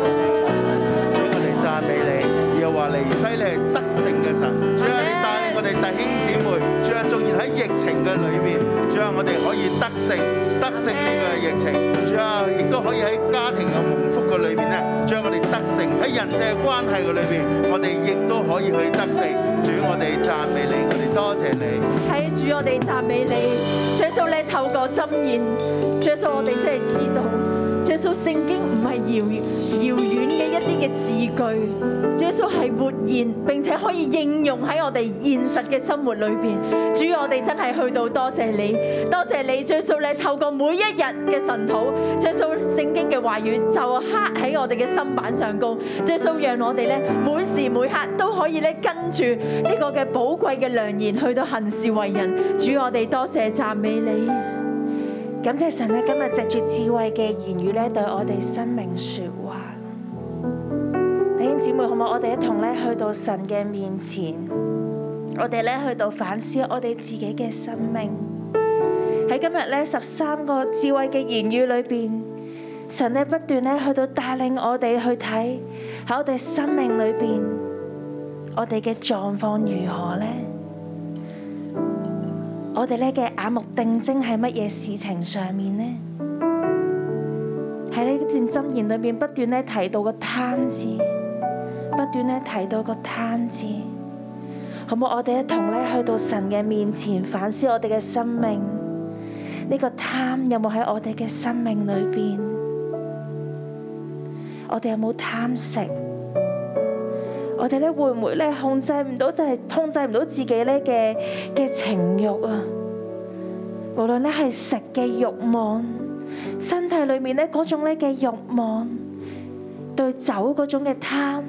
Speaker 6: 疫情嘅裏面，主啊，我哋可以得勝，得勝呢個疫情。主啊，亦都可以喺家庭嘅蒙福嘅裏面咧，將我哋得勝喺人際關係嘅裏面，我哋亦都可以去得勝。主，我哋讚美你，我哋多謝你。
Speaker 7: 睇主，我哋讚美你，主耶穌你透過箴言，主耶穌我哋真係知道，主耶穌聖經唔係遙遠遙遠嘅一啲嘅字句，主耶穌係活現，並且可以應用喺我哋現實嘅生活裏邊。主，我哋真係去到多謝你，多謝你，主耶穌你透過每一日嘅神土，主耶穌聖經嘅話語就刻喺我哋嘅心板上高，主耶穌讓我哋咧每時每刻都可以咧跟住呢個嘅寶貴嘅良言去到行事為人。主，我哋多謝讚美你。
Speaker 8: 感謝神咧，今日藉住智慧嘅言語咧，對我哋生命說話。弟兄姊妹，好唔好？我哋一同咧去到神嘅面前，我哋咧去到反思我哋自己嘅生命。喺今日咧十三個智慧嘅言語裏邊，神咧不斷咧去到帶領我哋去睇喺我哋生命裏邊，我哋嘅狀況如何呢？我哋咧嘅眼目定睛喺乜嘢事情上面呢？喺呢段箴言裏面不斷咧提到個貪字，不斷咧提到個貪字，好冇？我哋一同咧去到神嘅面前反思我哋嘅生命，呢、個貪有冇喺我哋嘅生命裏邊？我哋有冇貪食？我哋咧會唔會咧控制唔到，就係、控制唔到自己咧嘅嘅情慾啊？無論咧係食嘅慾望，身體裏面咧嗰種咧嘅慾望，對酒嗰種嘅貪，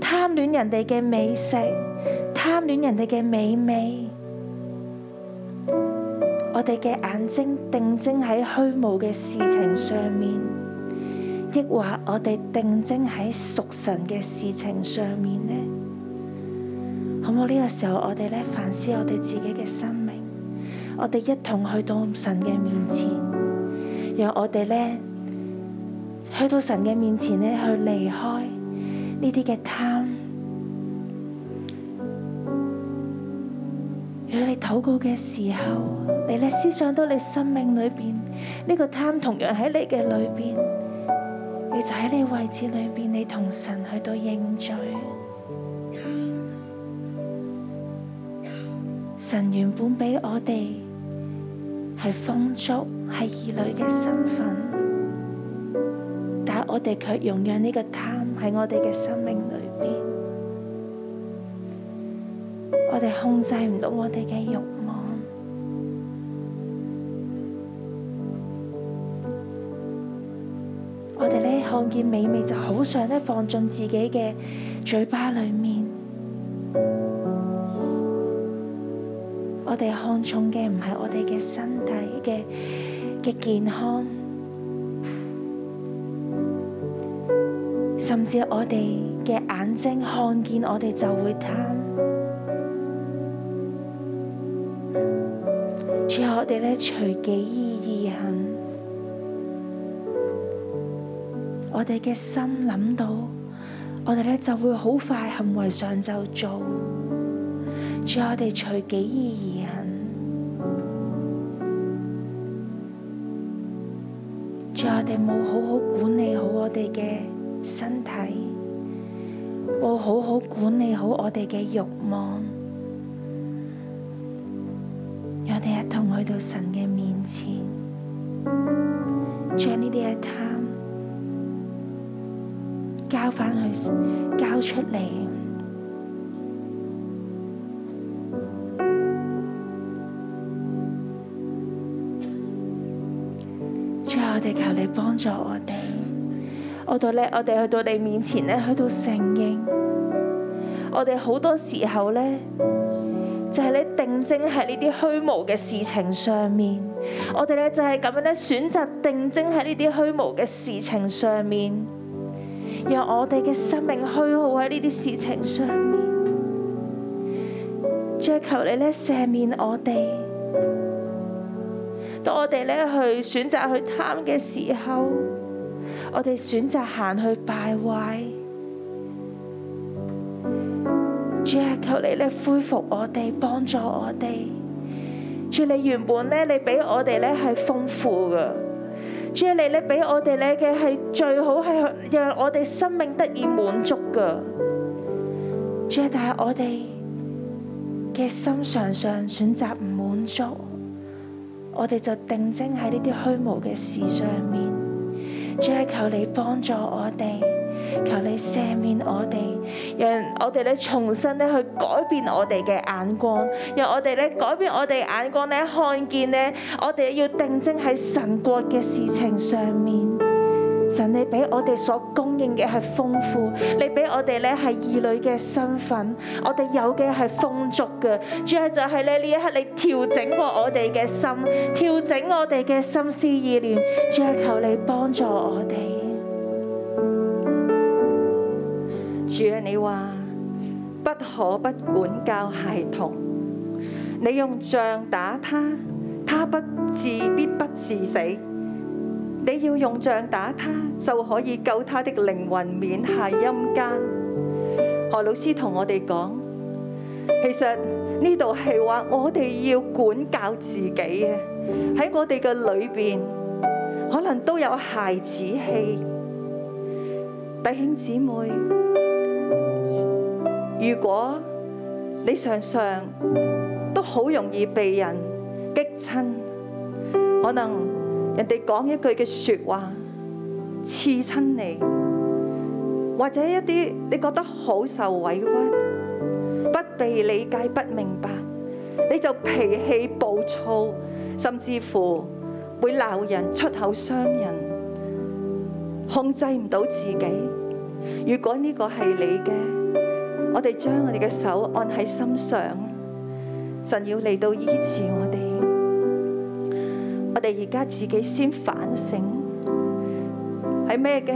Speaker 8: 貪戀人哋嘅美食，貪戀人哋嘅美味。我哋嘅眼睛定睛喺虛無嘅事情上面。抑或我哋定睛喺屬神嘅事情上面呢？好冇呢個時候，我哋咧反思我哋自己嘅生命，我哋一同去到神嘅面前，讓我哋咧去到神嘅面前咧去離開呢啲嘅貪。如果你禱告嘅時候，你咧思想到你生命裏邊呢個貪，同樣喺你嘅裏邊。你就喺你位置裏邊，你同神去到認罪。神原本俾我哋係豐足，係兒女嘅身份，但係我哋卻容讓呢個貪喺我哋嘅生命裏邊，我哋控制唔到我哋嘅慾望。我哋咧看見美味就好想咧放進自己嘅嘴巴裏面。我哋看重嘅唔係我哋嘅身體嘅嘅健康，甚至我哋嘅眼睛看見我哋就會貪。主啊，我哋咧隨己意而行。我哋嘅心諗到，我哋咧就會好快行為上就做，主我哋隨己意而行，主我哋冇好好管理好我哋嘅身體，冇好好管理好我哋嘅慾望，讓我哋一同去到神嘅面前，將呢啲嘅貪。交返去，交出嚟。最啊後，我哋求你幫助我哋，我到咧，我哋去到你面前咧，去到承認，我哋好多時候咧。就係咧定睛喺呢啲虛無嘅事情上面，我哋咧就係咁樣咧選擇定睛喺呢啲虛無嘅事情上面。讓我哋嘅生命虛耗喺呢啲事情上面。再求你咧赦免我哋，當我哋咧去選擇去貪嘅時候，我哋選擇行去敗壞。主啊，求你咧恢復我哋，幫助我哋，主你原本咧，你俾我哋咧係豐富嘅。主啊，你咧俾我哋咧嘅係最好係讓我哋生命得以滿足嘅。主啊，但係我哋嘅心常常選擇唔滿足，我哋就定睛喺呢啲虛無嘅事上面。主啊，求你幫助我哋，求你赦免我哋，讓我哋咧重新咧去改變我哋嘅眼光，讓我哋咧改變我哋眼光咧看見咧，我哋要定睛喺神國嘅事情上面。神你俾我哋所供應嘅係豐富，你俾我哋咧係兒女嘅身份，我哋有嘅係豐足嘅。主啊要就係咧呢一刻你調整過我哋嘅心，調整我哋嘅心思意念。主要求你幫助我哋。
Speaker 9: 主啊，你話不可不管教孩童，你用杖打他，他不自必不致死。你要用杖打他，就可以救他的靈魂免下陰間。何老師同我哋講，其實呢度係話我哋要管教自己嘅，喺我哋嘅裏邊，可能都有孩子氣，弟兄姊妹。如果你常常都好容易被人激親，可能人哋講一句嘅説話刺親你，或者一啲你覺得好受委屈、不被理解、不明白，你就脾氣暴躁，甚至乎會鬧人、出口傷人，控制唔到自己。如果呢個係你嘅，我哋將我哋嘅手按喺心上，神要嚟到醫治我哋。我哋而家自己先反省，喺咩嘅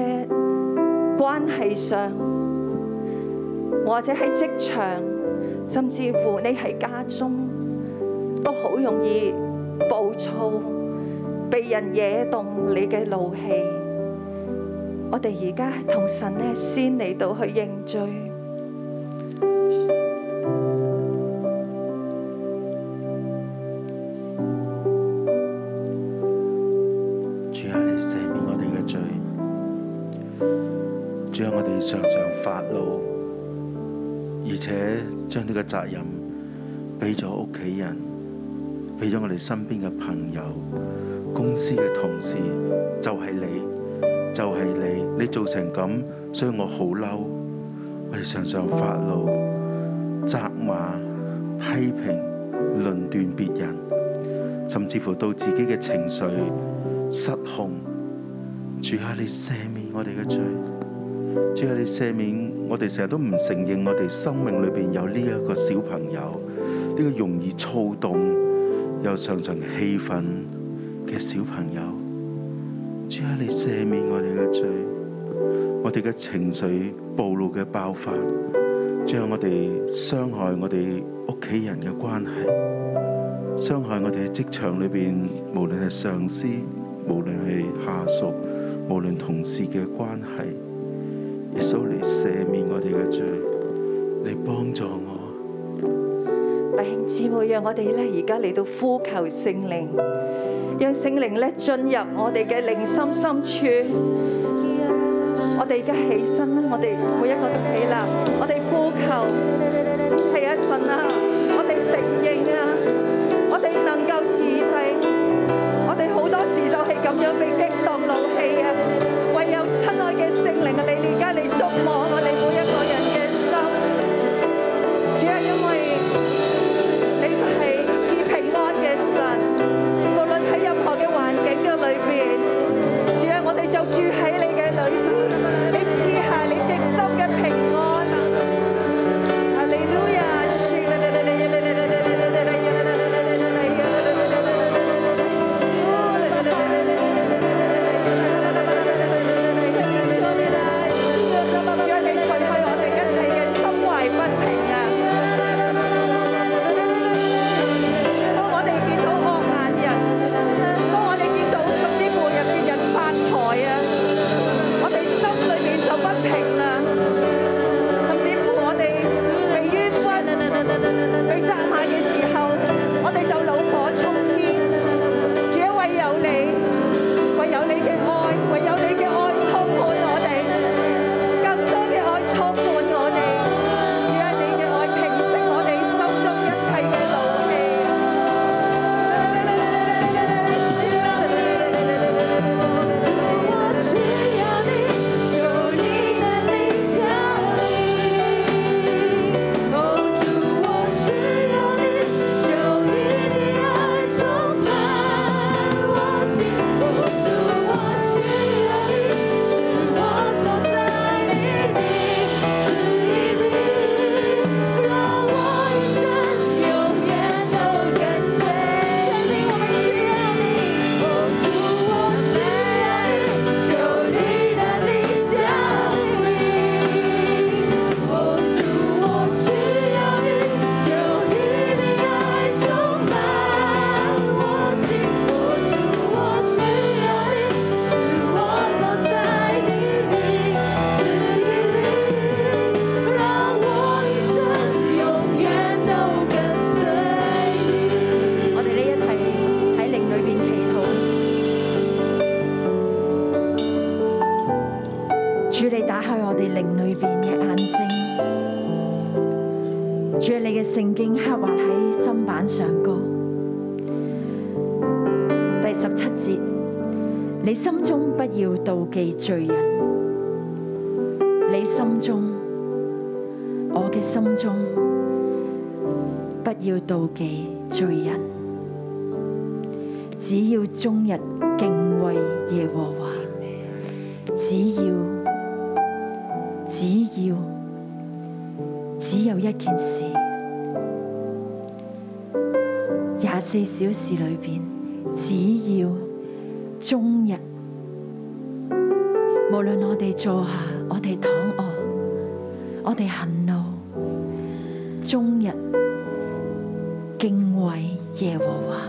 Speaker 9: 關係上，或者喺職場，甚至乎你喺家中，都好容易暴躁，被人惹動你嘅怒氣。我哋而家同神咧先嚟到去認罪。
Speaker 10: 主啊，你赦免我哋嘅罪。主啊，我哋常常發怒，而且將呢個責任俾咗屋企人，俾咗我哋身邊嘅朋友、公司嘅同事，就係你，就係你，你做成咁，所以我好嬲。我哋常常發怒、責罵、批評、論斷別人，甚至乎到自己嘅情緒。失控。主啊，你赦免我哋嘅罪。主啊，你赦免我哋成日都唔承認我哋生命裏邊有呢一個小朋友，呢、個容易躁動又常常氣憤嘅小朋友。主啊，你赦免我哋嘅罪，我哋嘅情緒暴露嘅爆發，將我哋傷害我哋屋企人嘅關係。傷害我哋喺職場裏邊，無論係上司，無論係下屬，無論同事嘅關係，耶穌你赦免我哋嘅罪，你幫助我。
Speaker 9: 弟兄姊妹，讓我哋咧而家嚟到呼求聖靈，讓聖靈咧進入我哋嘅靈心深處。我哋而家起身啦，我哋每一個都起立，我哋呼求，係啊神啊，我哋承認啊，我哋能夠自制，我哋好多時就係咁樣被激盪怒氣啊！唯有親愛嘅聖靈啊，你而家嚟觸摸我哋每一個人嘅心，主啊，因為。你就係賜平安嘅神，無論喺任何嘅環境嘅裏邊，主啊，我哋就住喺你嘅裏邊，你賜下你極深嘅平安啊！哈利路亞！主啊，你除去我哋一切嘅心懷不平啊！當我哋見到惡眼人，當我哋見到甚至乎人別人發財啊，我哋心啊啊
Speaker 5: 聖經刻畫喺心板上高。第十七節，你心中不要妒忌罪人，你心中，我嘅心中，不要妒忌罪人，只要終日敬畏耶和華，只要，只要。只有一件事，廿四小時裏邊，只要終日，無論我哋坐下，我哋躺卧，我哋行路，終日敬畏耶和華。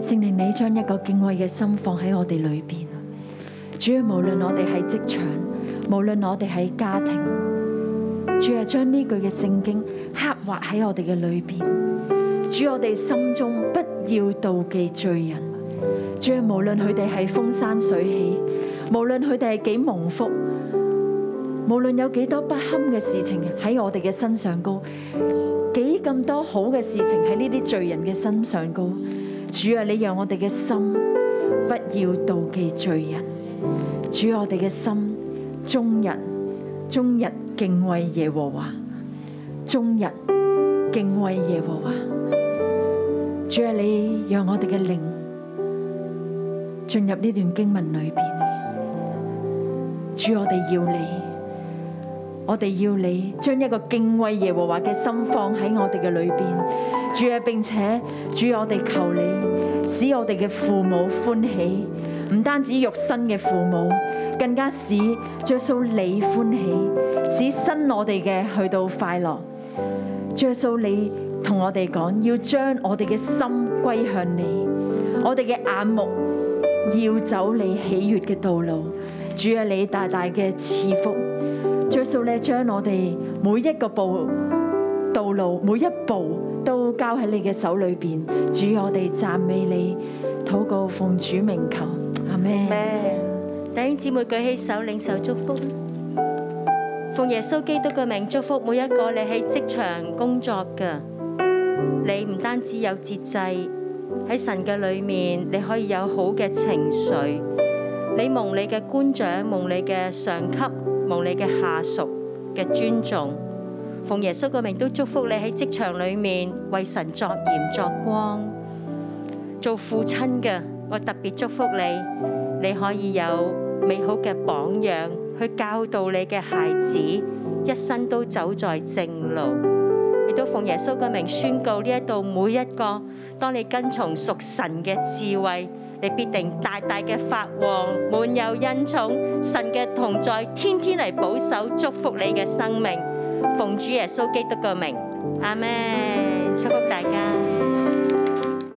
Speaker 5: 聖靈，你將一個敬畏嘅心放喺我哋裏邊。主啊，無論我哋喺職場，無論我哋喺家庭，主啊，將呢句嘅聖經刻畫喺我哋嘅裏邊。主，我哋心中不要妒忌罪人。主啊，無論佢哋係風生水起，無論佢哋係幾蒙福，無論有幾多不堪嘅事情喺我哋嘅身上高，幾咁多好嘅事情喺呢啲罪人嘅身上高。主啊，你讓我哋嘅心不要妒忌罪人。主我哋嘅心，終日終日敬畏耶和華，終日敬畏耶和華。主啊，你讓我哋嘅靈進入呢段經文裏邊。主，我哋要你，我哋要你將一個敬畏耶和華嘅心放喺我哋嘅裏邊。主啊，並且主，我哋求你使我哋嘅父母歡喜。唔單止肉身嘅父母，更加使着數你歡喜，使新我哋嘅去到快樂。着數你同我哋講，要將我哋嘅心歸向你，我哋嘅眼目要走你喜悅嘅道路。主啊，你大大嘅賜福，着數你將我哋每一個步道路每一步都交喺你嘅手裏邊。主，我哋讚美你，禱告奉主名求，阿門。
Speaker 9: 咩？
Speaker 11: 弟兄姊妹舉起手領受祝福，奉耶穌基督嘅名祝福每一個你喺職場工作嘅，你唔單止有節制喺神嘅裏面，你可以有好嘅情緒，你蒙你嘅官長、蒙你嘅上級、蒙你嘅下屬嘅尊重，奉耶穌嘅名都祝福你喺職場裏面為神作鹽作光，做父親嘅我特別祝福你。你可以有美好嘅榜樣去教導你嘅孩子，一生都走在正路。亦都奉耶穌嘅名宣告呢一度每一個，當你跟從屬神嘅智慧，你必定大大嘅發旺，滿有恩寵。神嘅同在，天天嚟保守祝福你嘅生命。奉主耶穌基督嘅名，阿門。祝福大家。